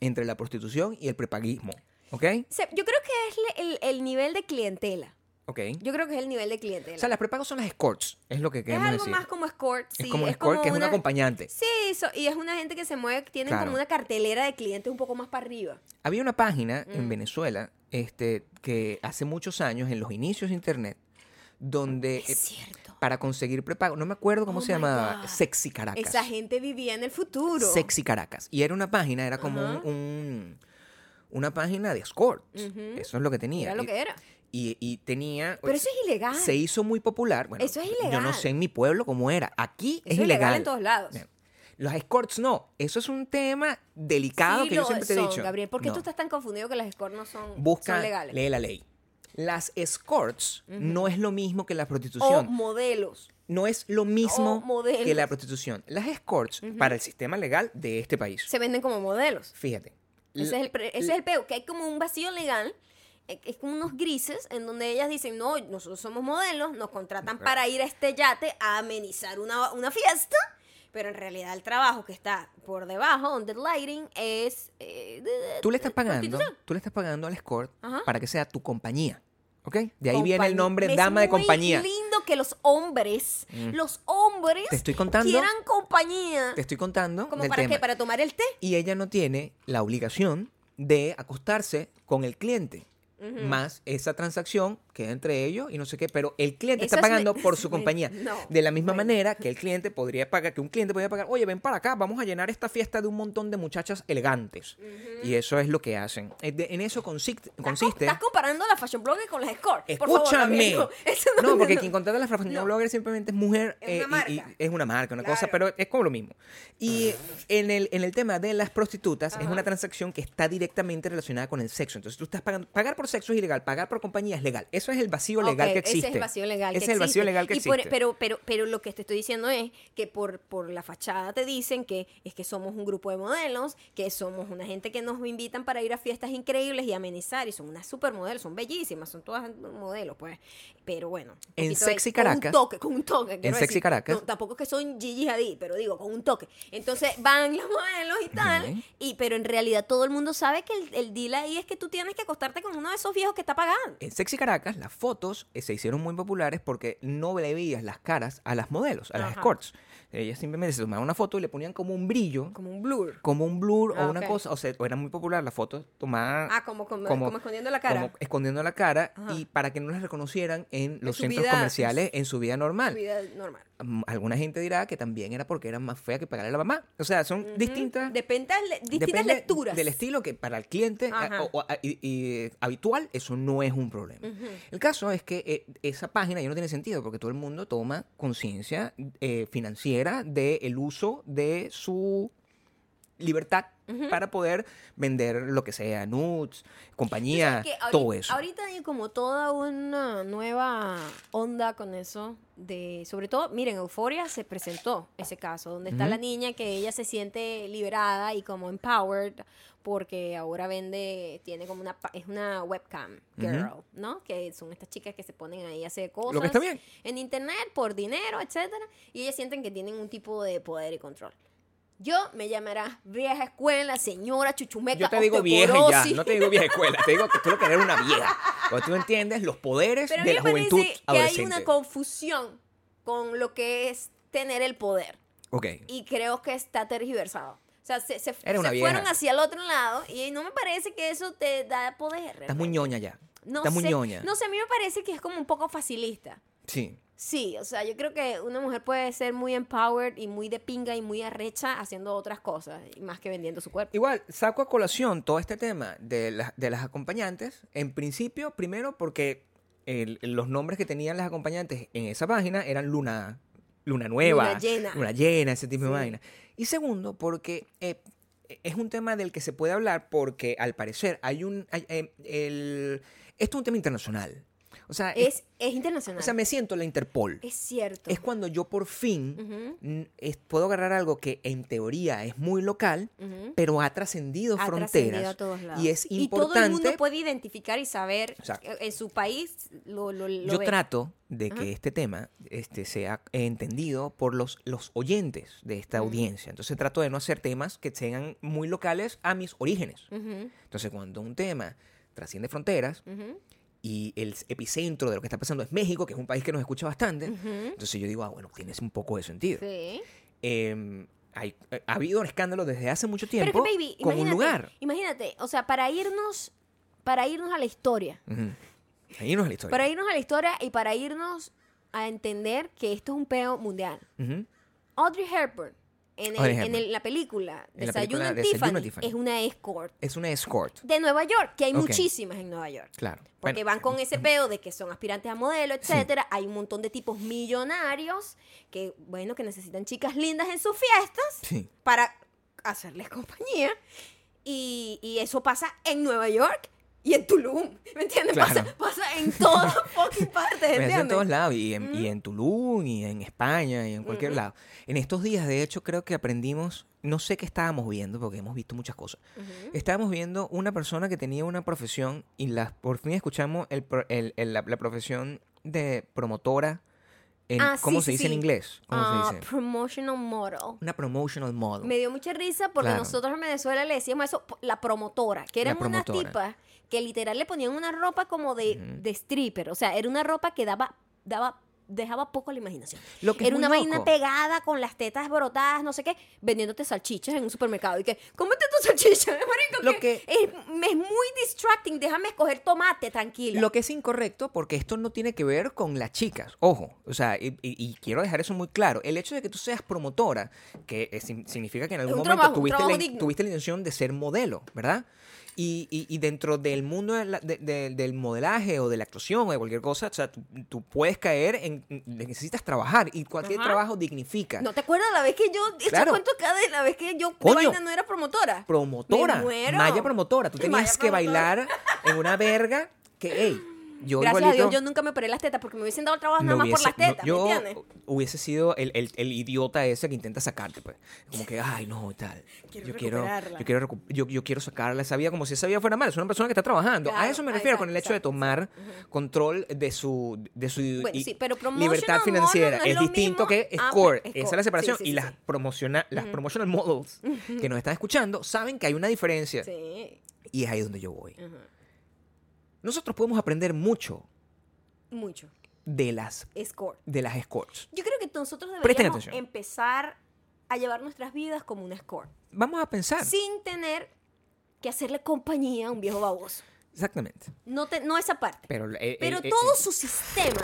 entre la prostitución y el prepaguismo. ¿Ok? Se- yo creo que es le- el, el nivel de clientela. Ok. Yo creo que es el nivel de clientela. O sea, las prepagos son las escorts. Es lo que es queremos algo decir. más como escort. es sí, como un escort que es un una- acompañante. Sí, so- y es una gente que se mueve, tienen Claro. como una cartelera de clientes un poco más para arriba. Había una página Mm. en Venezuela este, que hace muchos años, en los inicios de Internet, donde eh, Es cierto. para conseguir prepago, no me acuerdo cómo Oh se my llamaba, God. Sexy Caracas. Esa gente vivía en el futuro. Sexy Caracas. Y era una página, era como un, Ajá. un- una página de escorts. Eso es lo que tenía. Era lo Y- que era. Y, y tenía... Pero eso es ilegal. Se hizo muy popular. Bueno, Eso es Yo no ilegal. sé en mi pueblo cómo era. Aquí Eso es ilegal en todos lados. Bien. Los escorts no. Eso es un tema delicado Sí que lo yo siempre te he son, dicho. Gabriel, ¿por qué No. tú estás tan confundido que las escort no son, busca, son legales? lee la ley. Las escorts no es lo mismo que la o prostitución. modelos. no es lo mismo modelos. que la prostitución. Las escorts, para el sistema legal de este país, Se venden como modelos. fíjate. Ese la- es el, pre- ese es el peo, que hay como un vacío legal, eh, es como unos grises en donde ellas dicen, no, nosotros somos modelos, nos contratan para ir a este yate a amenizar una, una fiesta, pero en realidad el trabajo que está por debajo, on the lighting, es... eh, de- de- Tú le estás pagando, prostitución. tú le estás pagando al escort Ajá. para que sea tu compañía. ¿Ok? De ahí viene el Compañía. nombre Es dama de muy compañía. Mm. lindo que los hombres, los hombres... Te estoy contando. Quieran compañía. Te estoy contando ¿Como del para tema. qué? ¿Para tomar el té? Y ella no tiene la obligación de acostarse con el cliente. Ujú. más esa transacción queda entre ellos y no sé qué, pero el cliente Eso está es pagando me- por su me- compañía. no, de la misma bueno. manera que el cliente podría pagar, que un cliente podría pagar, oye, ven para acá, vamos a llenar esta fiesta de un montón de muchachas elegantes. Y eso es lo que hacen. Eh, de- En eso consiste... Estás co- consiste Estás comparando a la fashion blogger con las escort. Por favor, Escúchame. Gabriel, no, eso no, no, porque no. quien contrata a la fashion No. blogger simplemente es mujer. Es una eh, y- y marca. es una marca, una cosa, Claro. Ah. pero es como lo mismo. Y en el, en el tema de las prostitutas, es Ajá. una transacción que está directamente relacionada con el sexo. Entonces tú estás pagando. Pagar por sexo es ilegal, pagar por compañía es legal. Eso es el vacío legal Ok, que existe. Ese es el vacío legal Ese que es el vacío existe. legal que Y por- existe. pero, pero, pero lo que te estoy diciendo es que por, por la fachada te dicen que es que somos un grupo de modelos, que somos una gente que nos invitan para ir a fiestas increíbles y amenizar, y son unas supermodelos, son bellísimas, son todas modelos, pues. Pero bueno. un En poquito Sexy con un Caracas- toque, con un toque. quiero Sexy decir. Caracas- No, tampoco es que son Gigi Hadid, pero digo, con un toque. Entonces van los modelos y tal, Ujú. y, pero en realidad todo el mundo sabe que el, el deal ahí es que tú tienes que acostarte con uno de esos viejos que está pagando. En Sexy Caracas, las fotos eh, se hicieron muy populares porque no le veías las caras a las modelos, a las Ajá. escorts. Ellas simplemente se tomaban una foto y le ponían como un brillo, Como un blur. como un blur Ah, o una ok. cosa. O sea, era muy popular las fotos tomadas. Ah, como, como, como- como escondiendo la cara. como escondiendo la cara Ajá. y para que no las reconocieran en los su centros vida- comerciales en su vida normal. Vida normal. Mm, Alguna gente dirá que también era porque era más fea que pagarle a la mamá. O sea, son distintas, Depende, le- distintas depende lecturas. Del estilo que para el cliente a- Ajá. o- o- a- y- y habitual, eso no es un problema. El caso es que eh, esa página ya no tiene sentido porque todo el mundo toma conciencia eh, financiera del uso de su libertad para poder vender lo que sea, nudes, compañía, Que ahorita, todo eso. ahorita hay como toda una nueva onda con eso de, sobre todo, miren, Euforia se presentó ese caso, donde está Ujú. la niña que ella se siente liberada y como empowered porque ahora vende, tiene como una, pa- es una webcam girl, ¿no? Que son estas chicas que se ponen ahí a hacer cosas. Lo que está bien. en internet por dinero, etcétera, y ellas sienten que tienen un tipo de poder y control. Yo me llamará vieja escuela, señora chuchumeca, Yo te digo vieja y ya, osteoporosis. no te digo vieja escuela, te digo que tú lo que eres una vieja. Cuando tú entiendes los poderes Pero a mí de la me parece juventud que hay adolescente. una confusión con lo que es tener el poder ok. y creo que está tergiversado. O sea, se, se- Eres una se vieja. fueron hacia el otro lado y no me parece que eso te da poder. Estás realmente. muy ñoña ya. no Estás muy sé, ñoña. No sé, a mí me parece que es como un poco facilista. Sí. Sí, o sea, yo creo que una mujer puede ser muy empowered y muy de pinga y muy arrecha haciendo otras cosas, y más que vendiendo su cuerpo. Igual, saco a colación todo este tema de, las- de las acompañantes. En principio, primero porque el- los nombres que tenían las acompañantes en esa página eran Luna, Luna Nueva, Luna Llena. Luna Llena, ese tipo Sí. de vaina. Y segundo, porque eh, es un tema del que se puede hablar porque al parecer hay un... hay- eh, el- esto es un tema internacional. O sea, Es, es internacional. o sea, me siento la Interpol. es cierto. Es cuando yo por fin Ujú. n- es- puedo agarrar algo que en teoría es muy local, Ujú. pero ha trascendido Ha fronteras. trascendido a todos lados. Y es todo el importante. mundo puede identificar y saber Exacto. eh, en su país lo, lo, lo yo ve. trato de Ajá. que este tema este, sea entendido por los, los oyentes de esta audiencia. Entonces trato de no hacer temas que sean muy locales a mis orígenes. Ujú, Entonces cuando un tema trasciende fronteras ujú, y el epicentro de lo que está pasando es México, que es un país que nos escucha bastante, ujú. entonces yo digo, ah, bueno, tienes un poco de sentido. Sí. Eh, hay- ha habido un escándalo desde hace mucho Pero tiempo que, baby, con imagínate, un lugar. imagínate, o sea, para irnos, para irnos a la historia, Ujú. Ahí no es la historia. para irnos a la historia y para irnos a entender que esto es un peo mundial. Ujú. Audrey Hepburn en, el- Audrey en Hepburn. el- la película En la Desayuno película en Desayuno Tiffany, en Tiffany. es una escort Es una escort. de Nueva York, que hay Ok. muchísimas en Nueva York. Claro. Porque Bueno, van con ese peo de que son aspirantes a modelo, etcétera. Hay un montón de tipos millonarios que, bueno, que necesitan chicas lindas en sus fiestas Sí. para hacerles compañía. Y, y eso pasa en Nueva York y en Tulum. ¿Me entiendes? Claro. Pasa, pasa en todas fucking partes, Pero es ¿entiendes? en todos lados, y en, y en Tulum, y en España, y en cualquier lado. En estos días, de hecho, creo que aprendimos, no sé qué estábamos viendo, porque hemos visto muchas cosas. Estábamos viendo una persona que tenía una profesión y las por fin escuchamos el, pro- el- el- la, la profesión de promotora, en, Ah, ¿cómo sí, se sí, dice en sí. inglés? ¿Cómo Ah, se dice? promotional model. Una promotional model. Me dio mucha risa porque Claro. nosotros en Venezuela le decíamos eso, po- la promotora, que eran La promotora. unas tipas que literal le ponían una ropa como de, de stripper, o sea, era una ropa que daba, daba dejaba poco a la imaginación. Lo que es Era muy una vaina loco. pegada con las tetas brotadas, no sé qué, vendiéndote salchichas en un supermercado. Y que, cómete tu salchicha, marico. Lo que que- es, es muy distracting. Déjame escoger tomate, tranquila. Lo que es incorrecto, porque esto no tiene que ver con las chicas, ojo, o sea, y, y- y quiero dejar eso muy claro, el hecho de que tú seas promotora, que eh, sim- significa que en algún Un momento trabajo, un tuviste, la, trabajo in- digno. tuviste la intención de ser modelo, ¿verdad? Y, y- y dentro del mundo de la- de- de- del modelaje o de la actuación o de cualquier cosa, o sea, tú, tú puedes caer en, necesitas trabajar y cualquier Ajá. trabajo dignifica. ¿No te acuerdas la vez que yo te Claro. cuento acá de la vez que yo de Coño. vaina no era promotora? promotora. Me muero. Maya promotora. Tú tenías Maya que promotora. bailar en una verga que, hey, yo Gracias igualito... a Dios yo nunca me paré las tetas porque me hubiesen dado trabajo me Ah, nada más por hubiese- las tetas, no, ¿me yo entiendes? hubiese sido el, el- el idiota ese que intenta sacarte, pues. Como que, ay, no, y tal. Quiero yo, quiero, recuperarla. yo, quiero recu- yo, yo quiero sacarla esa vida como si esa vida fuera mala. Es una persona que está trabajando. a Claro, eso me ah, refiero exacto, con el hecho de exacto, tomar control de su, de su Bueno, y- sí, pero promotional libertad model financiera. no es es lo distinto mismo que a- score. score. Esa es la separación. Sí, sí, y sí, las, sí. promociona- las promotional models que nos están escuchando saben que hay una diferencia. Sí. Y es ahí donde yo voy. Ajá. Nosotros podemos aprender mucho Mucho. de las, Score. de las escorts. Yo creo que nosotros Presten deberíamos atención. empezar a llevar nuestras vidas como una score. Vamos a pensar. Sin tener que hacerle compañía a un viejo baboso. Exactamente. No, te, no esa parte. Pero, eh, el- el- Pero el- todo el- su sistema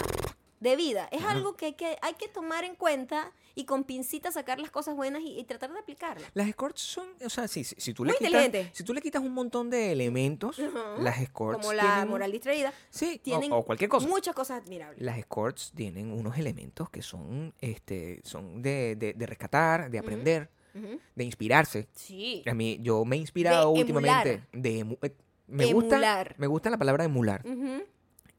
de vida es algo que hay, que hay que tomar en cuenta y con pincita sacar las cosas buenas y, y tratar de aplicarlas. las escorts son, o sea, si, si- si tú le Muy quitas, inteligente. si tú le quitas un montón de elementos, Ujú. las escorts Como la tienen- moral distraída. sí, o- Tienen o, cualquier cosa. muchas cosas admirables. Las escorts tienen unos elementos que son, este, son de, de- de rescatar, de aprender, Ujú. de inspirarse. Sí. A mí, yo me he inspirado De últimamente de emu- eh, me gusta, Emular. me gusta la palabra emular. Ujú.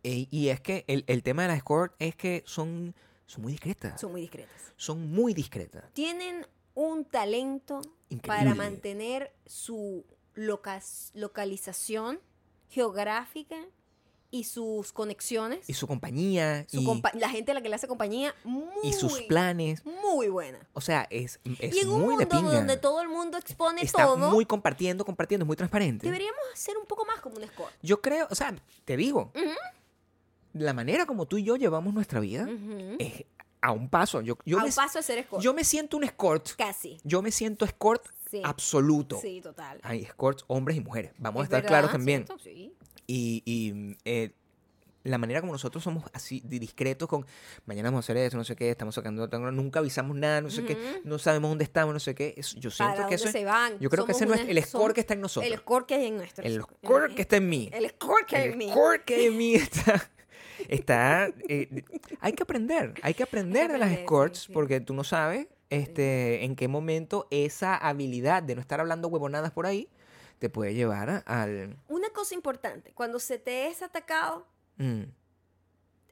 Eh, y es que el, el tema de las escorts es que son, son muy discretas. Son muy discretas. son muy discretas. Tienen un talento Increíble. para mantener su locas- localización geográfica y sus conexiones. Y su compañía. su y, compa- la gente a la que le hace compañía muy, y sus planes. muy buena. O sea, es, es y en un muy de mundo pinga. donde todo el mundo expone Está todo, muy compartiendo, compartiendo, es muy transparente. deberíamos ser un poco más como un score. Yo creo, o sea, te digo, la manera como tú y yo llevamos nuestra vida Ujú. es a un paso. Yo, ¿Ah? Eh, yo, a me, un paso de ser score. yo me siento un escort. Casi. Yo me siento escort Sí. absoluto. Sí, total. Hay escorts hombres y mujeres. Vamos a Es estar verdad, claros también. ¿cierto? Sí. Y, y, eh, la manera como nosotros somos así de discretos con mañana vamos a hacer eso, no sé qué, estamos sacando, tan- nunca avisamos nada, no sé qué, no sabemos dónde estamos, no sé qué. es- yo siento Para dónde que eso es- se van. Yo creo que Somos ese no es una- el score somos- que está en nosotros. El score que hay en nuestro. Eh, El score que está en mí. El score que hay en mí. score que en mí está. está eh, hay que aprender, hay que aprender de las aprender, sí, escorts sí. porque tú no sabes este, en qué momento esa habilidad de no estar hablando huevonadas por ahí te puede llevar a- al. Una cosa importante, cuando se te es atacado, mm,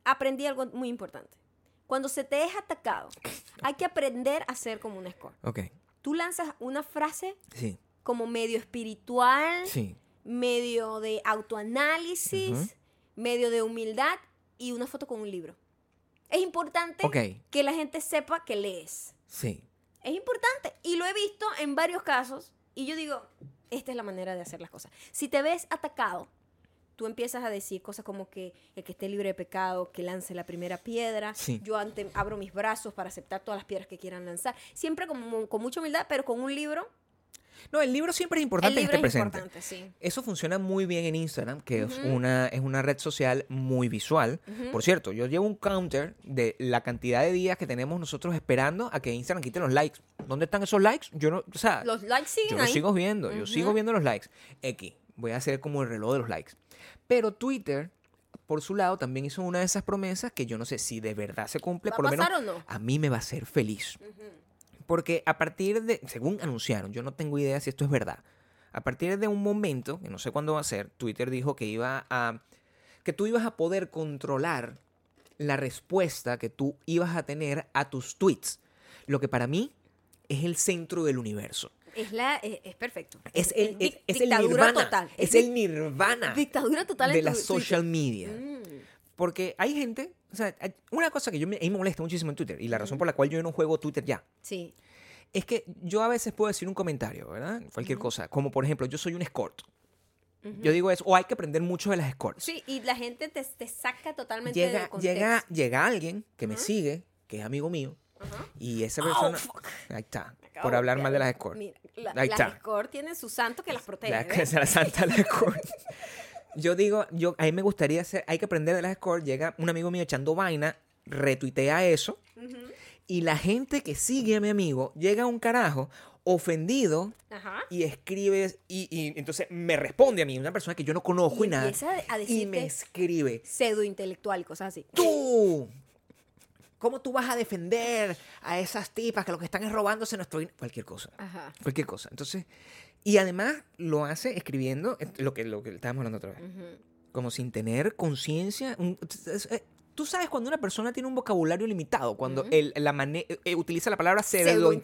aprendí algo muy importante. Cuando se te es atacado, hay que aprender a ser como un score. ok, Tú lanzas una frase sí, como medio espiritual, sí. medio de autoanálisis, Ujú. medio de humildad y una foto con un libro. Es importante Ok, que la gente sepa que lees. sí. Es importante. Y lo he visto en varios casos. Y yo digo, esta es la manera de hacer las cosas. Si te ves atacado, tú empiezas a decir cosas como que el que esté libre de pecado, que lance la primera piedra. Sí. Yo ante- abro mis brazos para aceptar todas las piedras que quieran lanzar. Siempre como, con mucha humildad, pero con un libro. No, el libro siempre es importante el libro que esté es presente. importante, sí. Eso funciona muy bien en Instagram, que es, una, es una red social muy visual. Por cierto, yo llevo un counter de la cantidad de días que tenemos nosotros esperando a que Instagram quite los likes. ¿Dónde están esos likes? Yo no, o sea, Los likes siguen yo los ahí. sigo viendo, yo sigo Ujú. viendo los likes. X, voy a hacer como el reloj de los likes. Pero Twitter, por su lado, también hizo una de esas promesas que yo no sé si de verdad se cumple, ¿Va por a lo menos pasar o no? a mí me va a hacer feliz. Porque a partir de, según anunciaron, yo no tengo idea si esto es verdad. A partir de un momento, que no sé cuándo va a ser, Twitter dijo que iba a que tú ibas a poder controlar la respuesta que tú ibas a tener a tus tweets. Lo que para mí es el centro del universo. Es, la, es, es perfecto. Es el, es, Eh, dic- es el dictadura nirvana. total. Es di- el nirvana dictadura total en de tu- la Twitter. social media. Mm. Porque hay gente, o sea, hay- una cosa que yo me, a mí me molesta muchísimo en Twitter y la Mm. razón por la cual yo no juego Twitter ya Sí. es que yo a veces puedo decir un comentario, ¿verdad? Cualquier cosa. Como por ejemplo, yo soy un escort. Yo digo eso. O hay que aprender mucho de las escorts. Sí, y la gente te, te saca totalmente llega, del contexto. llega, llega alguien que me sigue, que es amigo mío, Ajá. y esa Oh, persona. fuck. Ahí está. Me acabo Por hablar mal de las olvidar. escorts. Mira, la- Ahí las está. escort tienen su santo que las protege. La que ¿ves? se la salta la escort. Yo digo, yo, a mí me gustaría hacer, hay que aprender de las escort. Llega un amigo mío echando vaina, retuitea eso. Y la gente que sigue a mi amigo llega un carajo ofendido Ajá. y escribe. Y, y entonces me responde a mí, una persona que yo no conozco Y y, nada. empieza a y me decirte- escribe: Pseudo intelectual y cosas así. ¡Tú! ¿Cómo tú vas a defender a esas tipas que lo que están es robándose nuestro dinero? Cualquier cosa. Ajá. Cualquier cosa. Entonces, y además lo hace escribiendo eh, lo que, lo que estábamos hablando otra vez. Como sin tener conciencia. un- es- eh, Tú sabes cuando una persona tiene un vocabulario limitado, cuando el- la mane- eh, utiliza la palabra Pseudointelectual.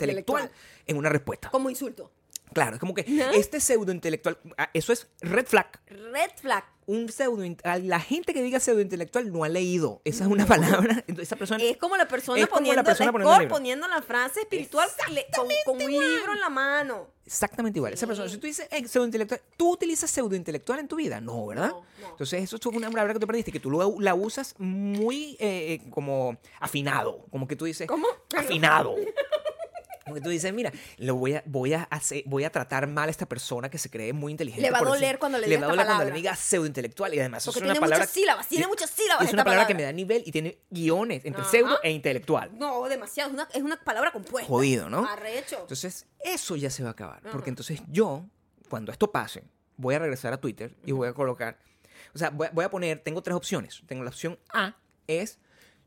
pseudointelectual en una respuesta. Como insulto. Claro, es como que Ajá. este pseudointelectual, ah, eso es red flag. Red flag. Un pseudo, la gente que diga pseudointelectual no ha leído. Esa es una palabra. Entonces, esa persona Es como la persona Es como poniendo la persona poniendo escort, el libro. poniendo la frase espiritual que le- con, con un libro en la mano. Exactamente igual. Esa persona, si tú dices eh, pseudointelectual, ¿tú utilizas pseudointelectual en tu vida? No, ¿verdad? No, no. Entonces, eso es una palabra que te perdiste, que tú lo- la usas muy eh, eh, como afinado. Como que tú dices. ¿Cómo? Afinado. Como que tú dices, mira, lo voy a, voy a hacer, voy a tratar mal a esta persona que se cree muy inteligente. Le va a por doler decir- cuando le Le diga va esta a doler cuando le palabra. diga pseudointelectual. Y además, eso Porque es una tiene palabra. muchas sílabas, tiene muchas sílabas Es una esta palabra que me palabra. da nivel y tiene guiones entre Ajá. pseudo e intelectual. No, demasiado. Es una, es una palabra compuesta. Jodido, ¿no? Arrecho. Entonces, eso ya se va a acabar. Ajá. Porque entonces yo, cuando esto pase, voy a regresar a Twitter y voy a colocar. O sea, voy a, voy a poner. Tengo tres opciones. Tengo la opción A, es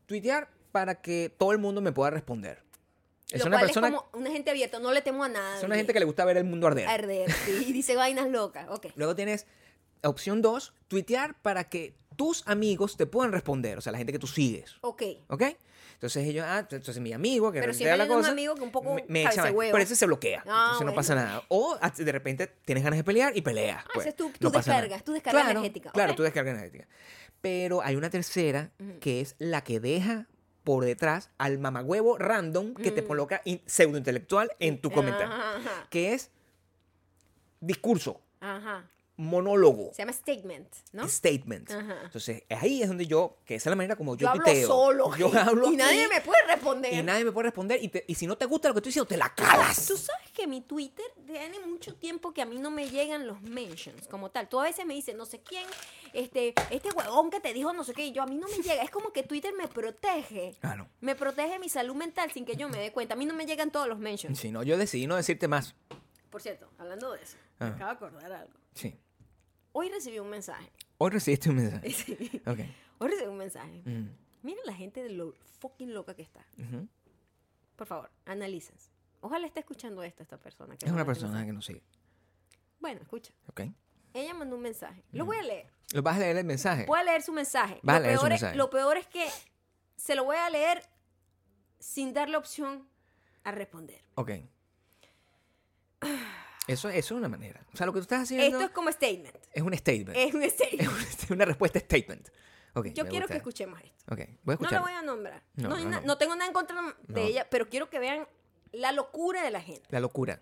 tuitear para que todo el mundo me pueda responder. Es Lo una cual persona. es como una gente abierta. No le temo a nada. es una gente que le gusta ver el mundo arder. Arder, sí, y dice vainas locas. Ok. Luego tienes opción 2, tuitear para que tus amigos te puedan responder. O sea, la gente que tú sigues. Ok. ¿Ok? Entonces ellos, ah, entonces mi amigo que Pero retuitea siempre la viene un cosa, amigo que un poco echa cabecehuevo. vaina. Pero ese se bloquea, Ah, entonces bueno. no pasa nada. O a- de repente tienes ganas de pelear y peleas. pues, esa es tu- no tu pasa nada. descarga, es tu descarga Claro, energética, Claro, ok. tu descarga energética. Pero hay una tercera que es la que deja por detrás al mamagüevo random que te coloca in- pseudointelectual en tu comentario, Mm. Ajá. que es discurso, Ajá. monólogo. Se llama statement, ¿no? Statement. Ajá. Entonces, ahí es donde yo, que esa es la manera como yo, Yo hablo tuiteo. solo. Yo hablo Y nadie aquí me puede responder. y nadie me puede responder. Y, te- y si no te gusta lo que estoy diciendo, te la calas. Tú sabes que mi Twitter tiene mucho tiempo que a mí no me llegan los mentions como tal. Tú a veces me dices, no sé quién, este, este huevón que te dijo no sé qué, y yo a mí no me llega. Es como que Twitter me protege. Claro. Me protege mi salud mental sin que yo me dé cuenta. A mí no me llegan todos los mentions. Si no, yo decidí no decirte más. Por cierto, hablando de eso, Ah. me acabo de acordar algo. Sí. Hoy recibí un mensaje. Hoy recibiste un mensaje. Ok. Hoy recibí un mensaje. Mm. Mira la gente de lo fucking loca que está. Ujú. Por favor, analícense. Ojalá esté escuchando esto esta persona. que Es una mandó este persona mensaje. que nos sigue. Bueno, escucha. Ok. Ella mandó un mensaje. Lo voy a leer. ¿Lo vas a leer el mensaje? Voy a leer su mensaje. Vas Mm. a lo, leer su peor Es, mensaje. lo peor es que se lo voy a leer sin darle opción a responder. Ok. Eso, eso es una manera. O sea, lo que tú estás haciendo Esto es... es como statement. un statement. Es un Es statement. un- una respuesta statement. Ok. Yo me quiero que gusta. escuchemos esto. Ok. Voy a No la escuchar. voy a nombrar. No, No, hay no, na- no. no tengo nada en contra de No. ella, pero quiero que vean la locura de la gente. La locura.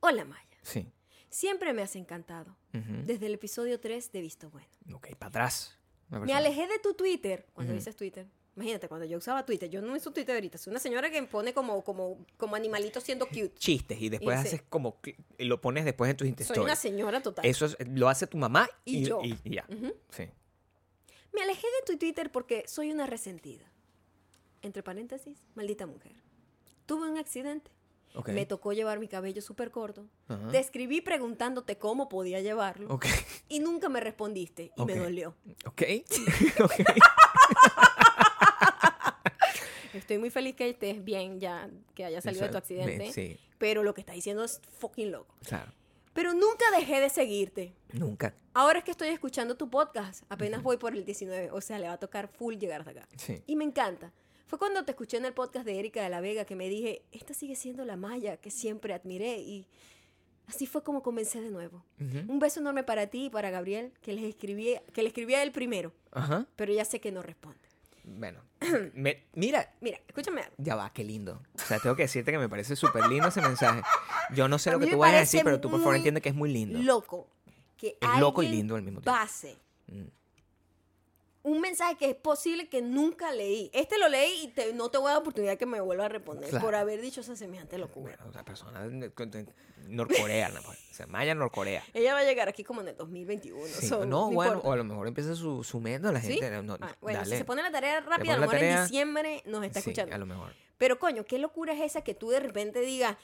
Hola Maya. Sí. Siempre me has encantado. Ujú. Desde el episodio 3 de Visto Bueno. Ok, para atrás. Una Me persona. alejé de tu Twitter. Cuando Ujú. dices Twitter. Imagínate, cuando yo usaba Twitter, yo no uso Twitter ahorita. Soy una señora que pone como, como, como animalito siendo cute. Chistes y después Y sí. haces como... cl- y lo pones después en tus Soy una intestinos. señora total. Eso es- lo hace tu mamá Y y, yo. y ya. Sí. Me alejé de tu Twitter porque soy una resentida. Entre paréntesis, maldita mujer. Tuve un accidente. Ok. Me tocó llevar mi cabello súper corto. Ajá. Te escribí preguntándote cómo podía llevarlo. Ok. Y nunca me respondiste. Y Ok. me dolió. Ok. Ok. Estoy muy feliz que estés bien ya, que haya salido de tu Sal- accidente. me- sí. Pero lo que está diciendo es fucking loco. Claro. Pero nunca dejé de seguirte. Nunca. Ahora es que estoy escuchando tu podcast. Apenas voy por el 19. O sea, le va a tocar full llegar hasta acá. Sí. Y me encanta. Fue cuando te escuché en el podcast de Erika de la Vega que me dije, esta sigue siendo la Maya que siempre admiré. Y así fue como comencé de nuevo. Ujú. Un beso enorme para ti y para Gabriel, que les escribí, que le escribí a él primero, Ajá. pero ya sé que no responde. Bueno. Me- mira. Mira, escúchame. algo. Ya va, qué lindo. O sea, tengo que decirte que me parece súper lindo ese mensaje. Yo no sé A lo mí que me tú vas a parece decir, pero tú por favor muy entiende que es muy lindo. Loco. que Es loco y alguien lindo al mismo tiempo. Mm. pase un mensaje que es posible que nunca leí. Este lo leí y te- no te voy a dar oportunidad que me vuelva a responder Claro. por haber dicho esa semejante locura. Bueno, una persona de- con- de- norcoreana, pues. o sea, Maya norcorea. Ella va a llegar aquí como en el 2021. Sí, so, no, bueno, importa. o a lo mejor empieza su, su meta la ¿Sí? gente. no, Ah, bueno, dale. si se pone la tarea rápida, pone a lo la mejor en tarea. diciembre nos está Sí, escuchando. a lo mejor. Pero coño, qué locura es esa que tú de repente digas,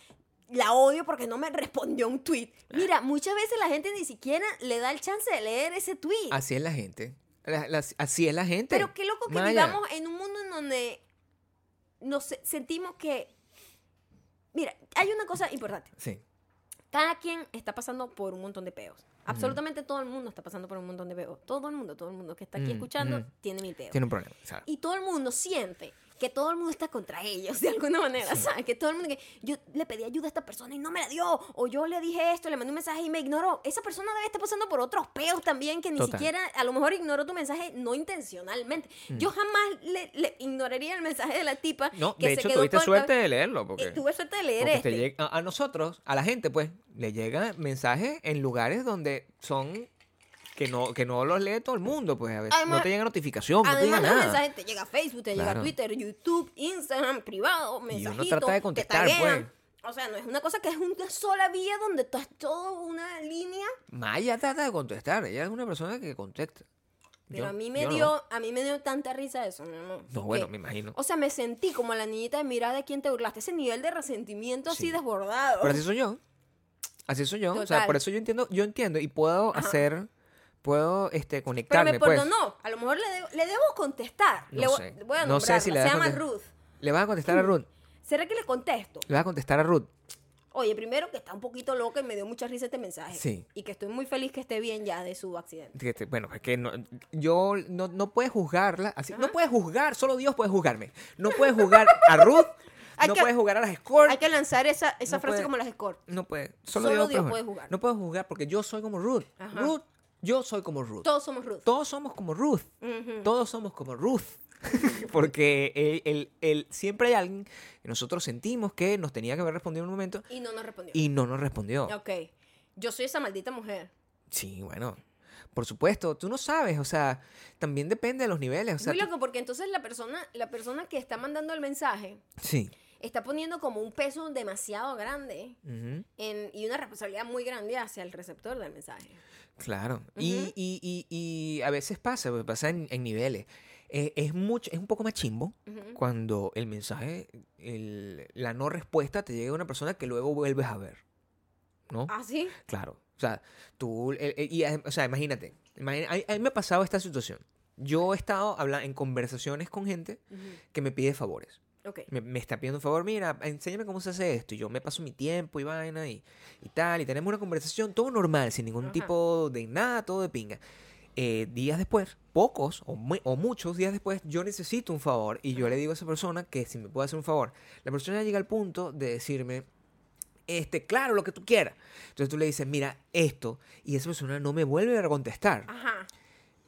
la odio porque no me respondió un tweet. Mira, muchas veces la gente ni siquiera le da el chance de leer ese tweet. Así es la gente. La- la- así es la gente. Pero qué loco que Maya. vivamos en un mundo en donde nos se- sentimos que... Mira, hay una cosa importante. Sí. Cada quien está pasando por un montón de peos. Absolutamente todo el mundo está pasando por un montón de peos. Todo el mundo, todo el mundo que está aquí Mm, escuchando mm. tiene mil peos. Tiene un problema. ¿sabes? Y todo el mundo siente que todo el mundo está contra ellos de alguna manera, ¿sabes? Que todo el mundo que yo le pedí ayuda a esta persona y no me la dio, o yo le dije esto, le mandé un mensaje y me ignoró. Esa persona debe estar pasando por otros peos también que ni Total. Mm. siquiera, a lo mejor ignoró tu mensaje no intencionalmente. Yo jamás le, le ignoraría el mensaje de la tipa No, que de se hecho quedó tuviste con- suerte de leerlo. Eh, Porque, tuve suerte de leer porque este. te llega- a, a nosotros, a la gente, pues, le llegan mensajes en lugares donde son que no, que no los lee todo el mundo, pues. A veces Además- no te llega notificación, Oh, no te llega Además, los nada. mensajes te llega a Facebook, te llega a Claro. Twitter, YouTube, Instagram, privado, mensajitos. trata de te contestar, pues. taguean. O sea, no es una cosa que es una sola vía donde estás toda una línea. Maya trata de contestar. Ella es una persona que contesta. Pero Yo- a mí me yo no. dio, a mí me dio tanta risa eso, mi amor. No, que- bueno, me imagino. O sea, me sentí como la niñita de mirar de quién te burlaste, ese nivel de resentimiento así Sí. desbordado. Pero así soy yo. Así soy yo. O sea, Total. por eso yo entiendo, yo entiendo y puedo hacer, puedo este, Pero conectarme, me pues. perdonó. A lo mejor le, debo- le debo contestar. No le vo- sé. voy a No sé si nombrarla, Se le das llama conte- Ruth. Le vas a contestar a Ruth. ¿Será que le contesto? Le vas a contestar a Ruth. Oye, primero que está un poquito loca y me dio mucha risa este mensaje. Sí. Y que estoy muy feliz que esté bien ya de su accidente. Que te- Bueno, es que no, yo no, no puedes juzgarla. Así, no puedes juzgar, solo Dios puede juzgarme. No puedes juzgar a Ruth. Hay no que- puedes juzgar a las Scorp. Hay que lanzar esa, esa No frase puede- como las escort. No puede. Solo, Solo Dios, Dios puede puede juzgar. No puedes juzgar porque yo soy como Ruth. Ajá. Ruth, yo soy como Ruth. Todos somos Ruth. Todos somos como Ruth. Todos somos como Ruth. Porque el, el- el- siempre hay alguien que nosotros sentimos que nos tenía que haber respondido en un momento y no nos respondió. y no nos respondió. Ok. Yo soy esa maldita mujer. Sí, bueno. Por supuesto, tú no sabes, o sea, también depende de los niveles. O sea, muy tú- loco, porque entonces la persona, la persona que está mandando el mensaje Sí. está poniendo como un peso demasiado grande Ujú. en- y una responsabilidad muy grande hacia el receptor del mensaje. Claro. y, y, y, y a veces pasa, pues, pasa en, en niveles. Eh, es mucho, es un poco más chimbo Ujú. cuando el mensaje, el- la no respuesta te llega a una persona que luego vuelves a ver. ¿No? ¿Ah, sí? Claro. O sea, tú, el- el- y, eh, o sea, imagínate. imagina- a, a mí me ha pasado esta situación. Yo he estado habla- en conversaciones con gente Ujú. que me pide favores. Ok. Me, me está pidiendo un favor, mira, enséñame cómo se hace esto. Y yo me paso mi tiempo y vaina y, y tal. Y tenemos una conversación, todo normal, sin ningún Ajá. tipo de nada, todo de pinga. Eh, días después, pocos o, mu- o muchos días después, yo necesito un favor y yo le digo a esa persona que si me puede hacer un favor. La persona llega al punto de decirme, este, claro, lo que tú quieras. Entonces tú le dices, mira, esto, y esa persona no me vuelve a contestar. Ajá.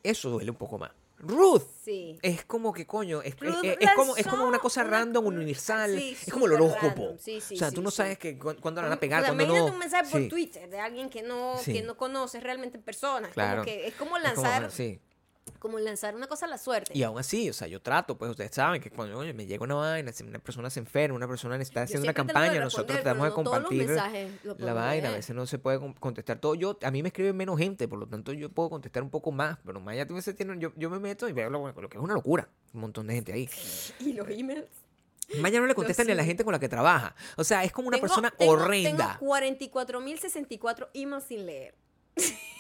Eso duele un poco más. Ruth, Sí. es como que, coño, es, es- Ruth es- es como, es como una lanzó cosa una- random, universal. Sí, es como el súper horóscopo. random. Sí, sí, o sea, sí, tú no sí. sabes que, cu- cuándo la van a pegar, Mm, O sea, cuándo imagínate no. un mensaje por Sí, Twitter de alguien que no, Sí. que no conoces realmente en persona. Es claro. Como que es como Es como, lanzar, como, sí. lanzar una cosa a la suerte. Y aún así, o sea, yo trato, pues ustedes saben que cuando coño, me llega una vaina, si una persona se enferma, una persona está haciendo una siempre trato de campaña, nosotros responder, pero tratamos de no todos los compartir mensajes lo la podemos vaina, a leer. veces no se puede con- contestar todo. Yo, a mí me escribe menos gente, por lo tanto yo puedo contestar un poco más, pero más ya tú veces tienen- yo, yo me meto y veo lo, lo que es una locura, un montón de gente ahí. Y los emails. Maya no le contesta ni a la gente con la que trabaja. O sea, es como una Tengo- persona tengo- horrenda. Tengo 44.064 emails sin leer.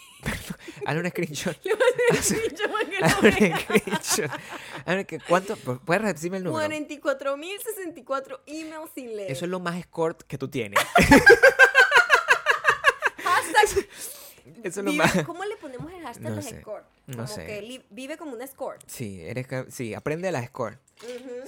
Hazle un screenshot. Yo me quedo Hazle un pegada. screenshot. Hazle que- ¿Cuánto? ¿Puedes repetirme el número? 44.064 emails sin leer. Eso es lo más escort que tú tienes. Hashtag- Eso es lo vive- más... ¿Cómo le ponemos el hashtag No de sé, escort? no Como sé. que li- vive como una escort. Sí, eres... ca- Sí, aprende a la escort.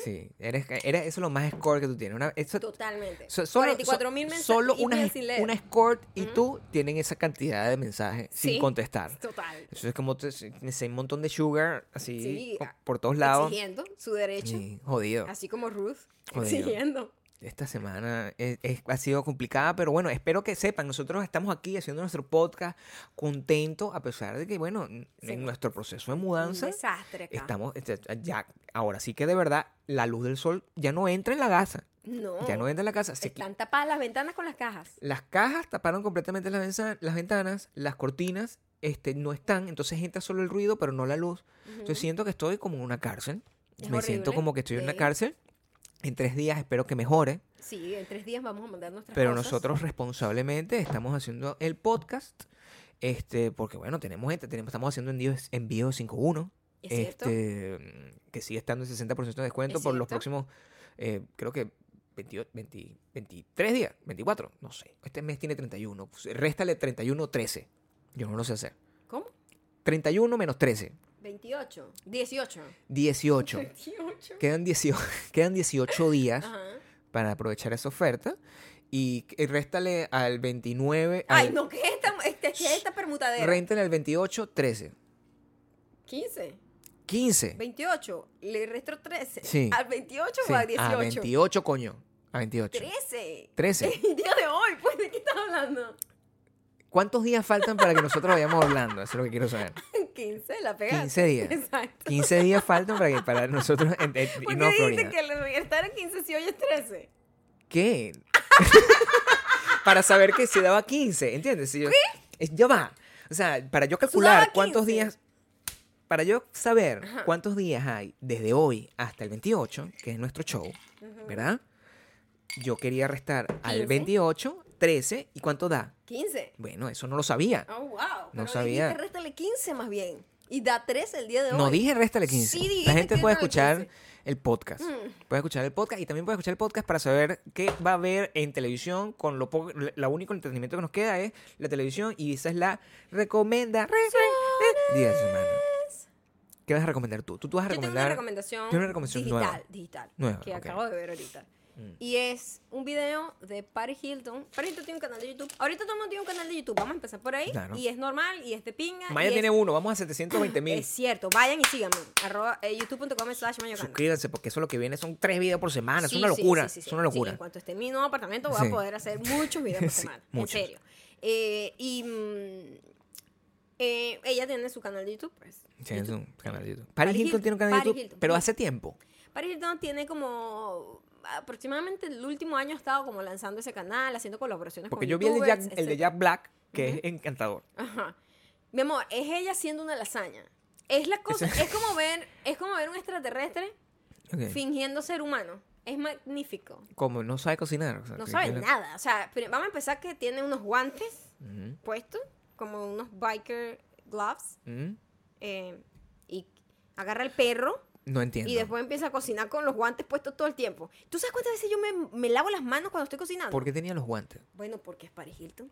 Sí, eres, eres... Eso es lo más escort que tú tienes. Una, eso- Totalmente. so- solo, 44.000 mensajes. solo emails una, sin leer. una escort y tú tienen esa cantidad de mensajes Sí, sin contestar. Total. Eso es como te- ese montón de sugar así Sí, por- a- por todos lados. Exigiendo su derecho. Sí, jodido. Así como Ruth. Jodido. Exigiendo. esta semana es- es- ha sido complicada, pero bueno, espero que sepan, nosotros estamos aquí haciendo nuestro podcast contento, a pesar de que, bueno, n- Sí. en nuestro proceso de Un mudanza, desastre acá. estamos, este, ya, ahora sí que de verdad, la luz del sol ya no entra en la casa, no, ya no entra en la casa, se qui- Mm. están tapadas las ventanas con las cajas. las cajas taparon completamente las, venza- las ventanas, las cortinas este, no están, entonces entra solo el ruido, pero no la luz. Entonces siento que estoy como en una cárcel. Es me siento horrible, como que estoy en una sí. cárcel. En tres días espero que mejore, Sí, en tres días vamos a mandar nuestras pero cosas. nosotros responsablemente estamos haciendo el podcast. Este, porque bueno, tenemos gente, tenemos, estamos haciendo envíos, envíos 5.1, ¿Es cierto? este, que sigue estando en 60% de descuento ¿Es por los cierto? próximos, eh, creo que 22, 20 23 días, 24, no sé. Este mes tiene 31, pues, réstale 31, 13. Yo no lo sé hacer. ¿Cómo? 31 menos 13, 28, 18. 18. 28. quedan, 18 quedan 18 días Ajá. para aprovechar esa oferta y eh, réstale al 29, Ay, al, no, ¿qué es esta, este- qué es esta permutadera? réntale al 28, 13, 15, 15. 28, le resto 13. Sí. ¿Al 28 Sí, o al 18? A 28, coño. A 28. 13. 13. El día de hoy, pues, ¿de qué estás hablando? ¿Cuántos días faltan para que nosotros vayamos hablando? Eso es lo que quiero saber. 15, la pegaste. 15 días. Exacto. 15 días faltan para que para nosotros en- en- ¿Por qué irnos a dicen Florida. que le estar en 15 si hoy es 13? ¿Qué? para saber que se daba 15, ¿entiendes? Si yo- es- ya va. O sea, para yo calcular Sudaba cuántos 15. días para yo saber Ajá. cuántos días hay desde hoy hasta el 28, que es nuestro show, ¿verdad? Yo quería restar al 15. 28 13 y cuánto da. 15. Bueno, eso no lo sabía. Oh, wow. No Pero sabía. dijiste, réstale 15 más bien. Y da 13 el día de hoy. No dije réstale 15. Sí dijiste la gente que Mm. puede réstale escuchar 15. el podcast. Puede escuchar el podcast y también puede escuchar el podcast para saber qué va a ver en televisión. Con lo poco, la único entretenimiento que nos queda es la televisión y esa es la recomendación día de semana. ¿Qué vas a recomendar tú? Tú, tú vas a Yo tengo recomendar una recomendación, tengo una recomendación digital, nueva. digital, Nueva, que ok. Mm. acabo de ver ahorita. Y es un video de Paris Hilton. Paris Hilton tiene un canal de YouTube. Ahorita todo el mundo tiene un canal de YouTube. Vamos a empezar por ahí. Claro. Y es normal y es de pinga. Maya y tiene es, uno, vamos a 720 mil. es cierto. Vayan y síganme. Arroba eh, youtube.com slash mayocando. Suscríbanse porque eso lo que viene son tres videos por semana. Sí, Ah, es una sí, locura. sí, sí, sí. Es una Sí, locura. en cuanto esté en mi nuevo apartamento, voy Sí. a poder hacer muchos videos por Sí, semana. muchos. En serio. Eh, y mm, eh, ella tiene su canal de YouTube, pues. Tiene su canal de YouTube. Paris, Paris Hilton, Hilton, tiene un canal de Paris YouTube, Hilton. pero Sí. hace tiempo. Paris Hilton tiene como aproximadamente el último año ha estado como lanzando ese canal, haciendo colaboraciones Porque con yo vi el de Jack, youtubers, el de etcétera. Jack Black, que es encantador. Ajá. Mi amor, es ella haciendo una lasaña. Es la cosa, es como ver, es como ver un extraterrestre Ok. fingiendo ser humano. Es magnífico. Como no sabe cocinar. o sea, No que- sabe que- nada. O sea, pri- vamos a empezar que tiene unos guantes Ujú. puestos, como unos biker gloves, Mm, eh, y agarra el perro. No entiendo. Y después empieza a cocinar con los guantes puestos todo el tiempo. ¿Tú sabes cuántas veces yo me, me lavo las manos cuando estoy cocinando? ¿Por qué tenía los guantes? Bueno, porque es Paris Hilton.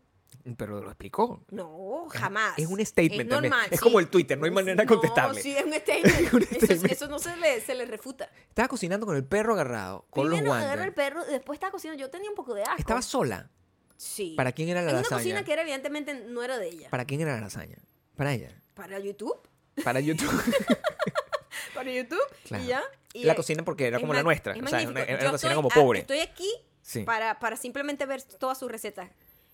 Pero lo explicó. No, jamás. Ah, es un statement Es también. normal, Es sí. como el Twitter, no hay manera contestable. Sí, es un statement. Es un Eso es- statement. Eso, no se le, se le refuta. Estaba cocinando con el perro agarrado, con Primero los agarra el guantes. perro y después estaba cocinando. Yo tenía un poco de asco. Estaba sola. Sí. ¿Para quién era la en una lasaña? cocina que era evidentemente no era de ella. ¿Para quién era la lasaña? Para ella. Para YouTube. Para YouTube. Para YouTube. Claro. Y ya. Y la eh, cocina porque era es como la mag- nuestra. es O sea, era una, magnífico. era una Yo cocina estoy- como ah, pobre. Estoy aquí Sí. para, para simplemente ver todas sus recetas.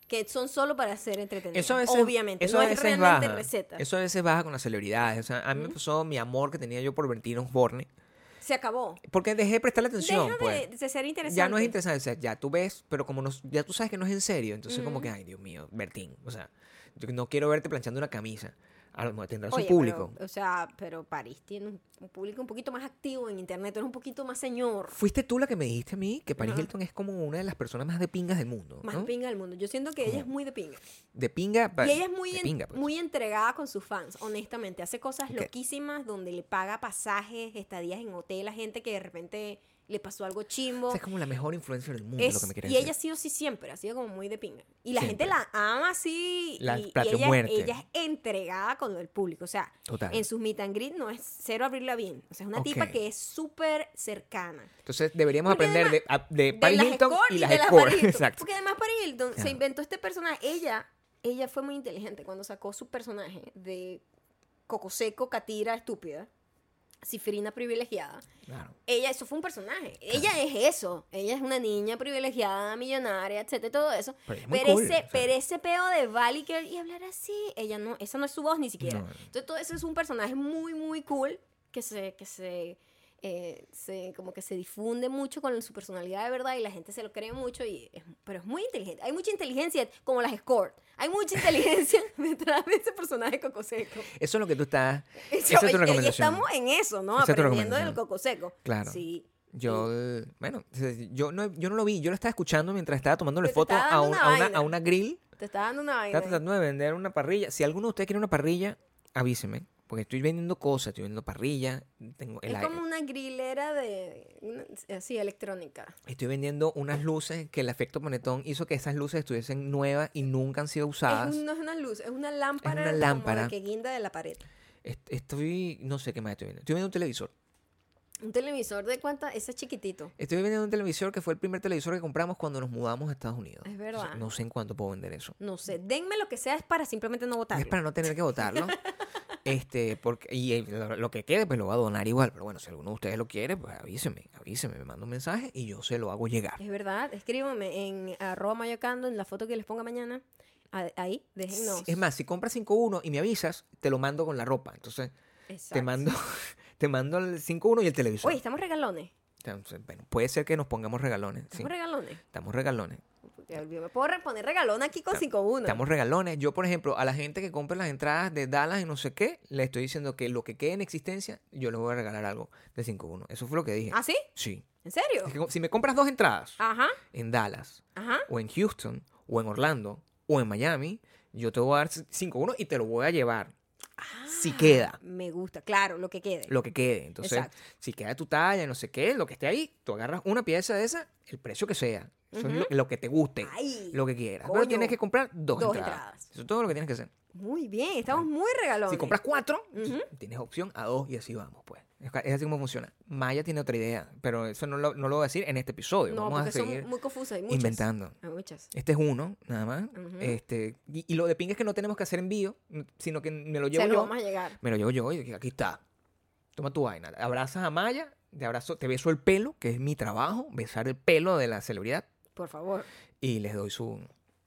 Que son solo para ser entretenidas. Eso a veces, obviamente. eso no a veces es realmente baja. receta. Eso a veces baja con las celebridades. O sea, a mí me pasó mi amor que tenía yo por Bertino Osborne. Se acabó. Porque dejé de prestarle atención. Deja pues. de, de ser interesante. Ya no es interesante, o sea, ya tú ves, pero como no, ya tú sabes que no es en serio, entonces como que, ay, Dios mío, Bertín, o sea, yo no quiero verte planchando una camisa. A lo mejor tendrás Oye, un público. pero, o sea, pero París tiene un, un público un poquito más activo en internet, eres un poquito más señor, Fuiste tú la que me dijiste a mí que Paris Ajá. Hilton es como una de las personas más de pingas del mundo, más ¿no? pinga del mundo. Yo siento que ella es muy de pinga. De pinga, pa- y ella es muy, de en- pinga, pues. muy entregada con sus fans, honestamente. Hace cosas Ok. loquísimas donde le paga pasajes, estadías en hotel a gente que de repente le pasó algo O chimbo. sea, es como la mejor influencer del mundo, Es- lo que me quieres y ella ha decir. sido así siempre, ha sido como muy de pinga. Y la gente Siempre. la ama así. La y, y plateó ella, muerte. ella es entregada con el público. O sea, Total. en sus meet and greet no es cero abrirla bien. O sea, es una Ok. tipa que es súper cercana. Entonces deberíamos Porque aprender de, además- a- de Eh, Paris las Hilton escort y las de las escort. Paris Hilton. Exacto. Porque además Paris Hilton Claro. se inventó este personaje. Ella, ella fue muy inteligente cuando sacó su personaje de Coco Seco, Catira, estúpida. Cifrina privilegiada. Claro. Ella, eso fue un personaje. Ella es eso. Ella es una niña privilegiada, millonaria, etcétera, todo eso. Pero ella Pero, es muy cool, ese, o sea. pero ese peo de Valley Girl y hablar así, ella no, esa no es su voz ni siquiera. No. Entonces todo eso es un personaje muy, muy cool que se, que se, eh, se- como que se difunde mucho con su personalidad de verdad y la gente se lo cree mucho y es- pero es muy inteligente. Hay mucha inteligencia como las escort. Hay mucha inteligencia detrás de ese personaje coco seco. Eso es lo que tú estás. Eso, Esa es y- tu y recomendación. estamos en eso, ¿no? Esa es tu Aprendiendo del recomendación. coco seco. Claro. Sí. Yo, eh, bueno, se- yo no, yo no lo vi, yo lo estaba escuchando mientras estaba tomándole Pero te foto estaba a, dando un- una a una, vaina. a una grill. Te está dando una vaina. Estaba tratando de vender una parrilla. Si alguno de ustedes quiere una parrilla, avíseme. Porque estoy vendiendo cosas, estoy vendiendo parrilla, tengo el es aire- como una grilera de. una- así, electrónica. estoy vendiendo unas luces que el efecto panetón hizo que esas luces estuviesen nuevas y nunca han sido usadas. Es un- no es una luz, es una lámpara. una como lámpara. la que guinda de la pared. Est- Estoy, no sé qué más estoy vendiendo. Estoy vendiendo un televisor. Un televisor de cuánta. Ese es chiquitito. Estoy vendiendo un televisor que fue el primer televisor que compramos cuando nos mudamos a Estados Unidos. Es verdad. Entonces, no sé en cuánto puedo vender eso. No sé. Denme lo que sea, es para simplemente no votar. Es para no tener que votarlo. este, porque, y eh, lo, lo que quede, pues lo va a donar igual. Pero bueno, si alguno de ustedes lo quiere, pues avíseme, avíseme, me manda un mensaje y yo se lo hago llegar. Es verdad. Escríbame en arroba mayocando, en la foto que les ponga mañana. A- Ahí, déjennos. Si- Es más, si compras 5-1 y me avisas, te lo mando con la ropa. Entonces, te Exacto. mando, te mando el 5-1 y el televisor. Oye, estamos regalones. Entonces, bueno, puede ser que nos pongamos regalones. sí. Estamos regalones. Estamos regalones. Yo me puedo poner regalón aquí con 5-1. Estamos regalones. Yo, por ejemplo, a la gente que compra las entradas de Dallas y no sé qué, le estoy diciendo que lo que quede en existencia, yo les voy a regalar algo de 5-1. Eso fue lo que dije. ¿Ah, sí? Sí. ¿En serio? Es que si me compras dos entradas Ajá, en Dallas, ajá. o en Houston, o en Orlando, o en Miami, yo te voy a dar 5-1 y te lo voy a llevar. Si queda, Ah, Me gusta, claro, lo que quede. lo que quede. Entonces, Exacto. si queda tu talla, no sé qué, lo que esté ahí, tú agarras una pieza de esa, el precio que sea. Eso es lo, lo que te guste, Ay, lo que quieras. coño. Pero tienes que comprar dos, Dos entradas. entradas. Eso es todo lo que tienes que hacer. Muy bien, estamos muy regalones. Si compras cuatro, tienes opción a dos y así vamos, pues. Es es así como funciona. Maya tiene otra idea, pero eso no lo, no lo voy a decir en este episodio. no, vamos porque a seguir son muy confusas. Hay muchas. inventando. Hay muchas. Este es uno, nada más. Ujú. este, y, y lo de ping es que no tenemos que hacer envío, n- sino que me lo llevo Se lo yo. vamos a llegar. me lo llevo yo y aquí está. Toma tu vaina. Abrazas a Maya, te, abrazo, te beso el pelo, que es mi trabajo, besar el pelo de la celebridad. Por favor. Y les doy su,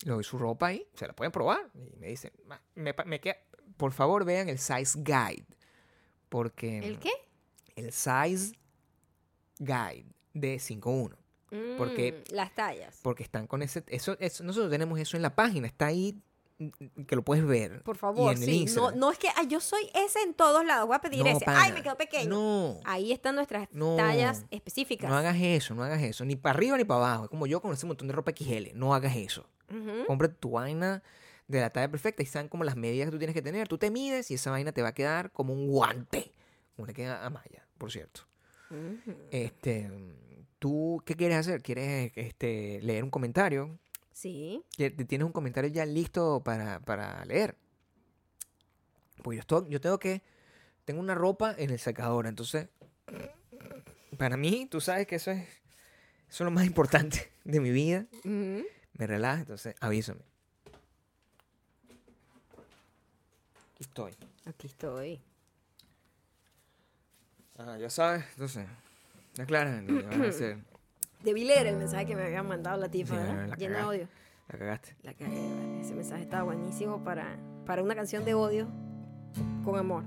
les doy su ropa ahí, se la pueden probar. Y me dicen, "Ma- me, pa- me queda- por favor vean el size guide. Porque ¿El qué? el size guide de 5.1. Porque- Mm, las tallas. Porque están con ese. Eso, eso- nosotros tenemos eso en la página, está ahí mm, que lo puedes ver. Por Y favor, en el sí. No, Instagram. no es que ay, yo soy ese en todos lados. Voy a pedir No, ese. Ay, pana, me quedó pequeño. No. Ahí están nuestras No. tallas específicas. No hagas eso, no hagas eso. Ni para arriba ni para abajo. Es como yo con ese montón de ropa XL. No hagas eso. Ujú. Compra tu vaina de la talla perfecta y están como las medidas que tú tienes que tener. Tú te mides y esa vaina te va a quedar como un guante. Como le queda a Maya, por cierto. Ujú. Este, ¿Tú qué quieres hacer? ¿Quieres este, leer un comentario? Sí. ¿Qué- ¿Tienes un comentario ya listo para, para leer? Pues yo, estoy, yo tengo que... Tengo una ropa en el secador, entonces... Para mí, tú sabes que eso es... Eso es lo más importante de mi vida. Ujú. Me relaja, entonces avísame. Aquí estoy. Aquí estoy. Ah, ya sabes, entonces... Ya clara lo que vas a hacer. Debí leer el mensaje que me había mandado la tifa, Sí, ¿verdad? la Lleno de cagaste. odio. La cagaste. La cagué, vale. Ese mensaje estaba buenísimo para, para una canción de odio con amor.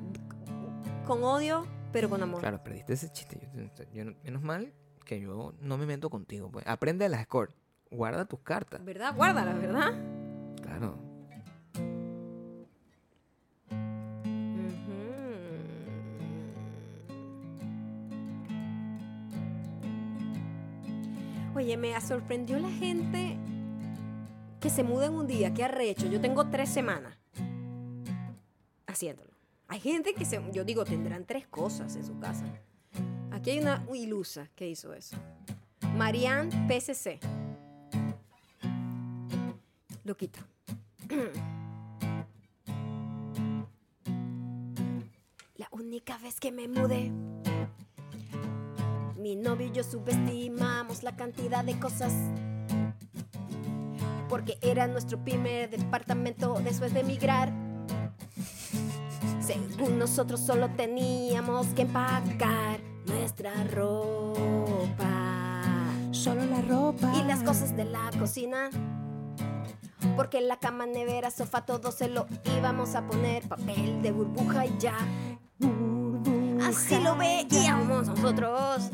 Con odio, pero con amor. Claro, perdiste ese chiste. Yo- yo no- menos mal que yo no me meto contigo. Pues. Aprende a las scores. Guarda tus cartas. ¿Verdad? Guárdala, ¿verdad? Claro. Ujú. Oye, me sorprendió la gente que se muda en un día. ¿Qué arrecho? Yo tengo tres semanas haciéndolo. Hay gente que se. Yo digo, tendrán tres cosas en su casa. Aquí hay una ilusa que hizo eso. Marianne PCC. Lo quito. La única vez que me mudé. Mi novio y yo subestimamos la cantidad de cosas. Porque era nuestro primer departamento después de emigrar. Según nosotros solo teníamos que empacar nuestra ropa. Solo la ropa. Y las cosas de la cocina. Porque la cama, nevera, sofá, todo se lo íbamos a poner. Papel de burbuja y ya. Burbuja. Así lo veíamos nosotros.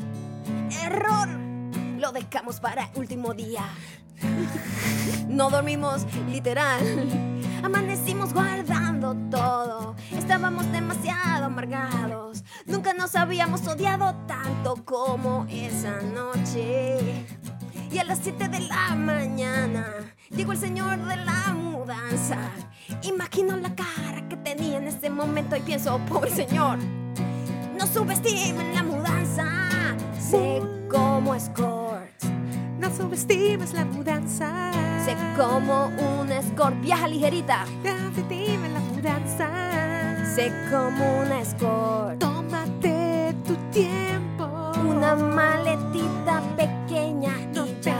Error. Lo dejamos para último día. No dormimos, literal. Amanecimos guardando todo. Estábamos demasiado amargados. Nunca nos habíamos odiado tanto como esa noche. Y a las 7 de la mañana llegó el señor de la mudanza. Imagino la cara que tenía en ese momento y pienso, pobre señor, no subestimen la mudanza. Sé cómo escort. No subestimes la mudanza. Sé como una escort viaja ligerita. No subestimes la mudanza. Sé como una escort. Tómate tu tiempo. Una maletita pequeña No y ya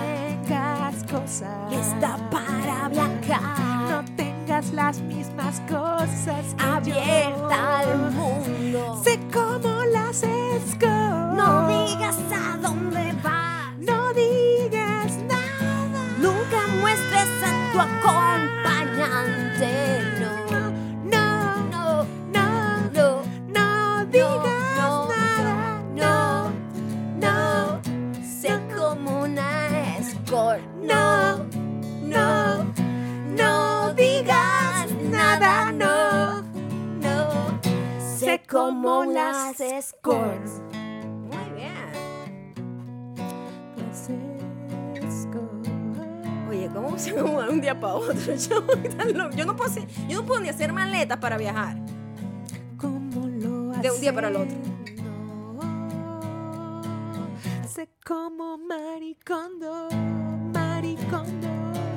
tengas cosas. está para viajar. No tengas las mismas cosas. que Abierta yo. al mundo. Sé cómo las escondo. No digas a dónde vas. No digas nada. Nunca muestres a tu acompañante. No, No, no, no, no, no, no, digas no, nada. no, no, no. Sé como una escort. no. no, no digas nada. No, No sé cómo las escorts. escorts. Muy bien. las escorts. Oye, ¿cómo se va a mudar un día para otro? Yo, tan lo- yo no puedo hacer- yo no puedo ni hacer maletas para viajar. ¿Cómo lo De un día para el otro. No, sé como maricondo, maricondo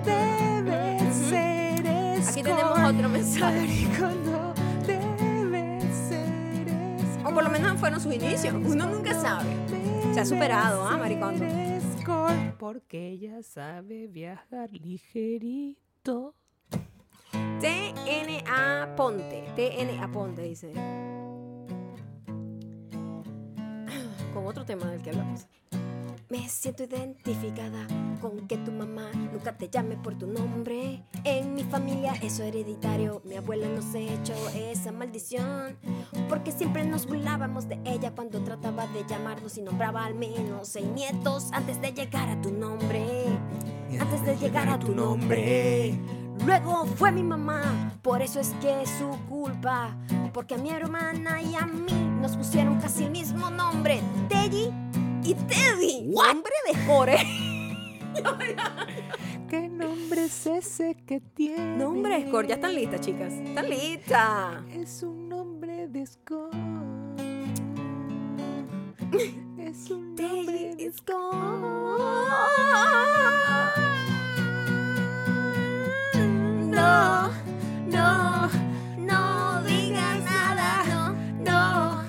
debe ser Aquí tenemos escort. otro mensaje. Maricondo debe ser escort. O por lo menos fueron sus inicios. Uno nunca sabe. Se ha superado, ¿ah, maricondo? Debe ser escort, Porque ella sabe viajar ligerito. TNA Ponte. TNA Ponte dice. Con otro tema del que hablamos. Me siento identificada con que tu mamá nunca te llame por tu nombre. En mi familia eso hereditario. Mi abuela nos echó esa maldición. Porque siempre nos burlábamos de ella cuando trataba de llamarnos y nombraba al menos seis nietos antes de llegar a tu nombre. Antes de llegar a tu nombre. Luego fue mi mamá, por eso es que es su culpa. Porque a mi hermana y a mí nos pusieron casi el mismo nombre, Telly y Teddy. Nombre de Jore. ¿Qué nombre es ese que tiene? Nombre de Jore. Ya están listas, chicas. Están listas. Es un nombre de Scott. Es un nombre Telly de is Scott. gone. No, no, no digas nada. No, no,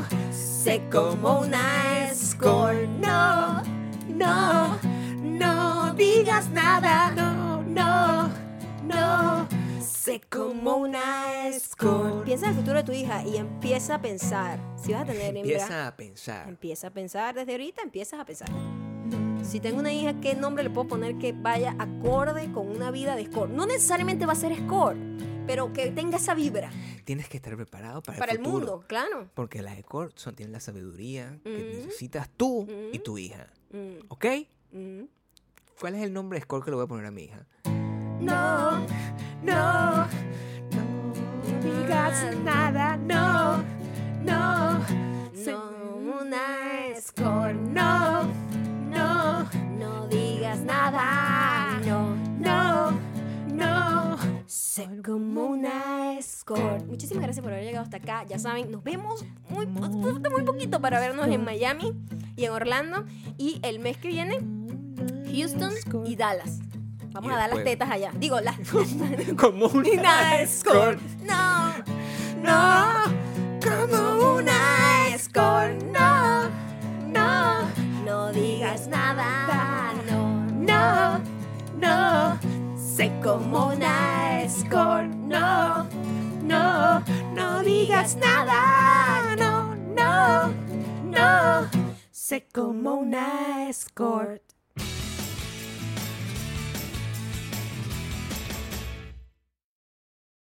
no. Sé como una escort. No, no, no digas nada. No, no, no. Sé como una escort. Piensa en el futuro de tu hija y empieza a pensar. Si vas a tener hembra. Empieza a pensar. Empieza a pensar, desde ahorita empiezas a pensar. Si tengo una hija, ¿qué nombre le puedo poner que vaya acorde con una vida de score? No necesariamente va a ser score, pero que tenga esa vibra Tienes que estar preparado para, para el futuro. mundo, Mm. claro. Porque las Escort son, tienen la sabiduría que Ujú. necesitas tú y tu hija. Mm, ¿Ok? mm. ¿Cuál es el nombre de Escort que le voy a poner a mi hija? No, no, No digas nada, no, no. Se- no, una score, no, no, no digas nada, no, no, no. Sé como una escort. Muchísimas gracias por haber llegado hasta acá. Ya saben, nos vemos muy, falta muy poquito para vernos en Miami y en Orlando. Y el mes que viene, Houston y Dallas. Vamos Y a dar las después- tetas allá. Digo, las. Como una escort. No, no. Como una escort. No, no. No digas nada. No, no. No, no. Sé como una escort. No, no, no digas nada. No, no, no. Sé como una escort.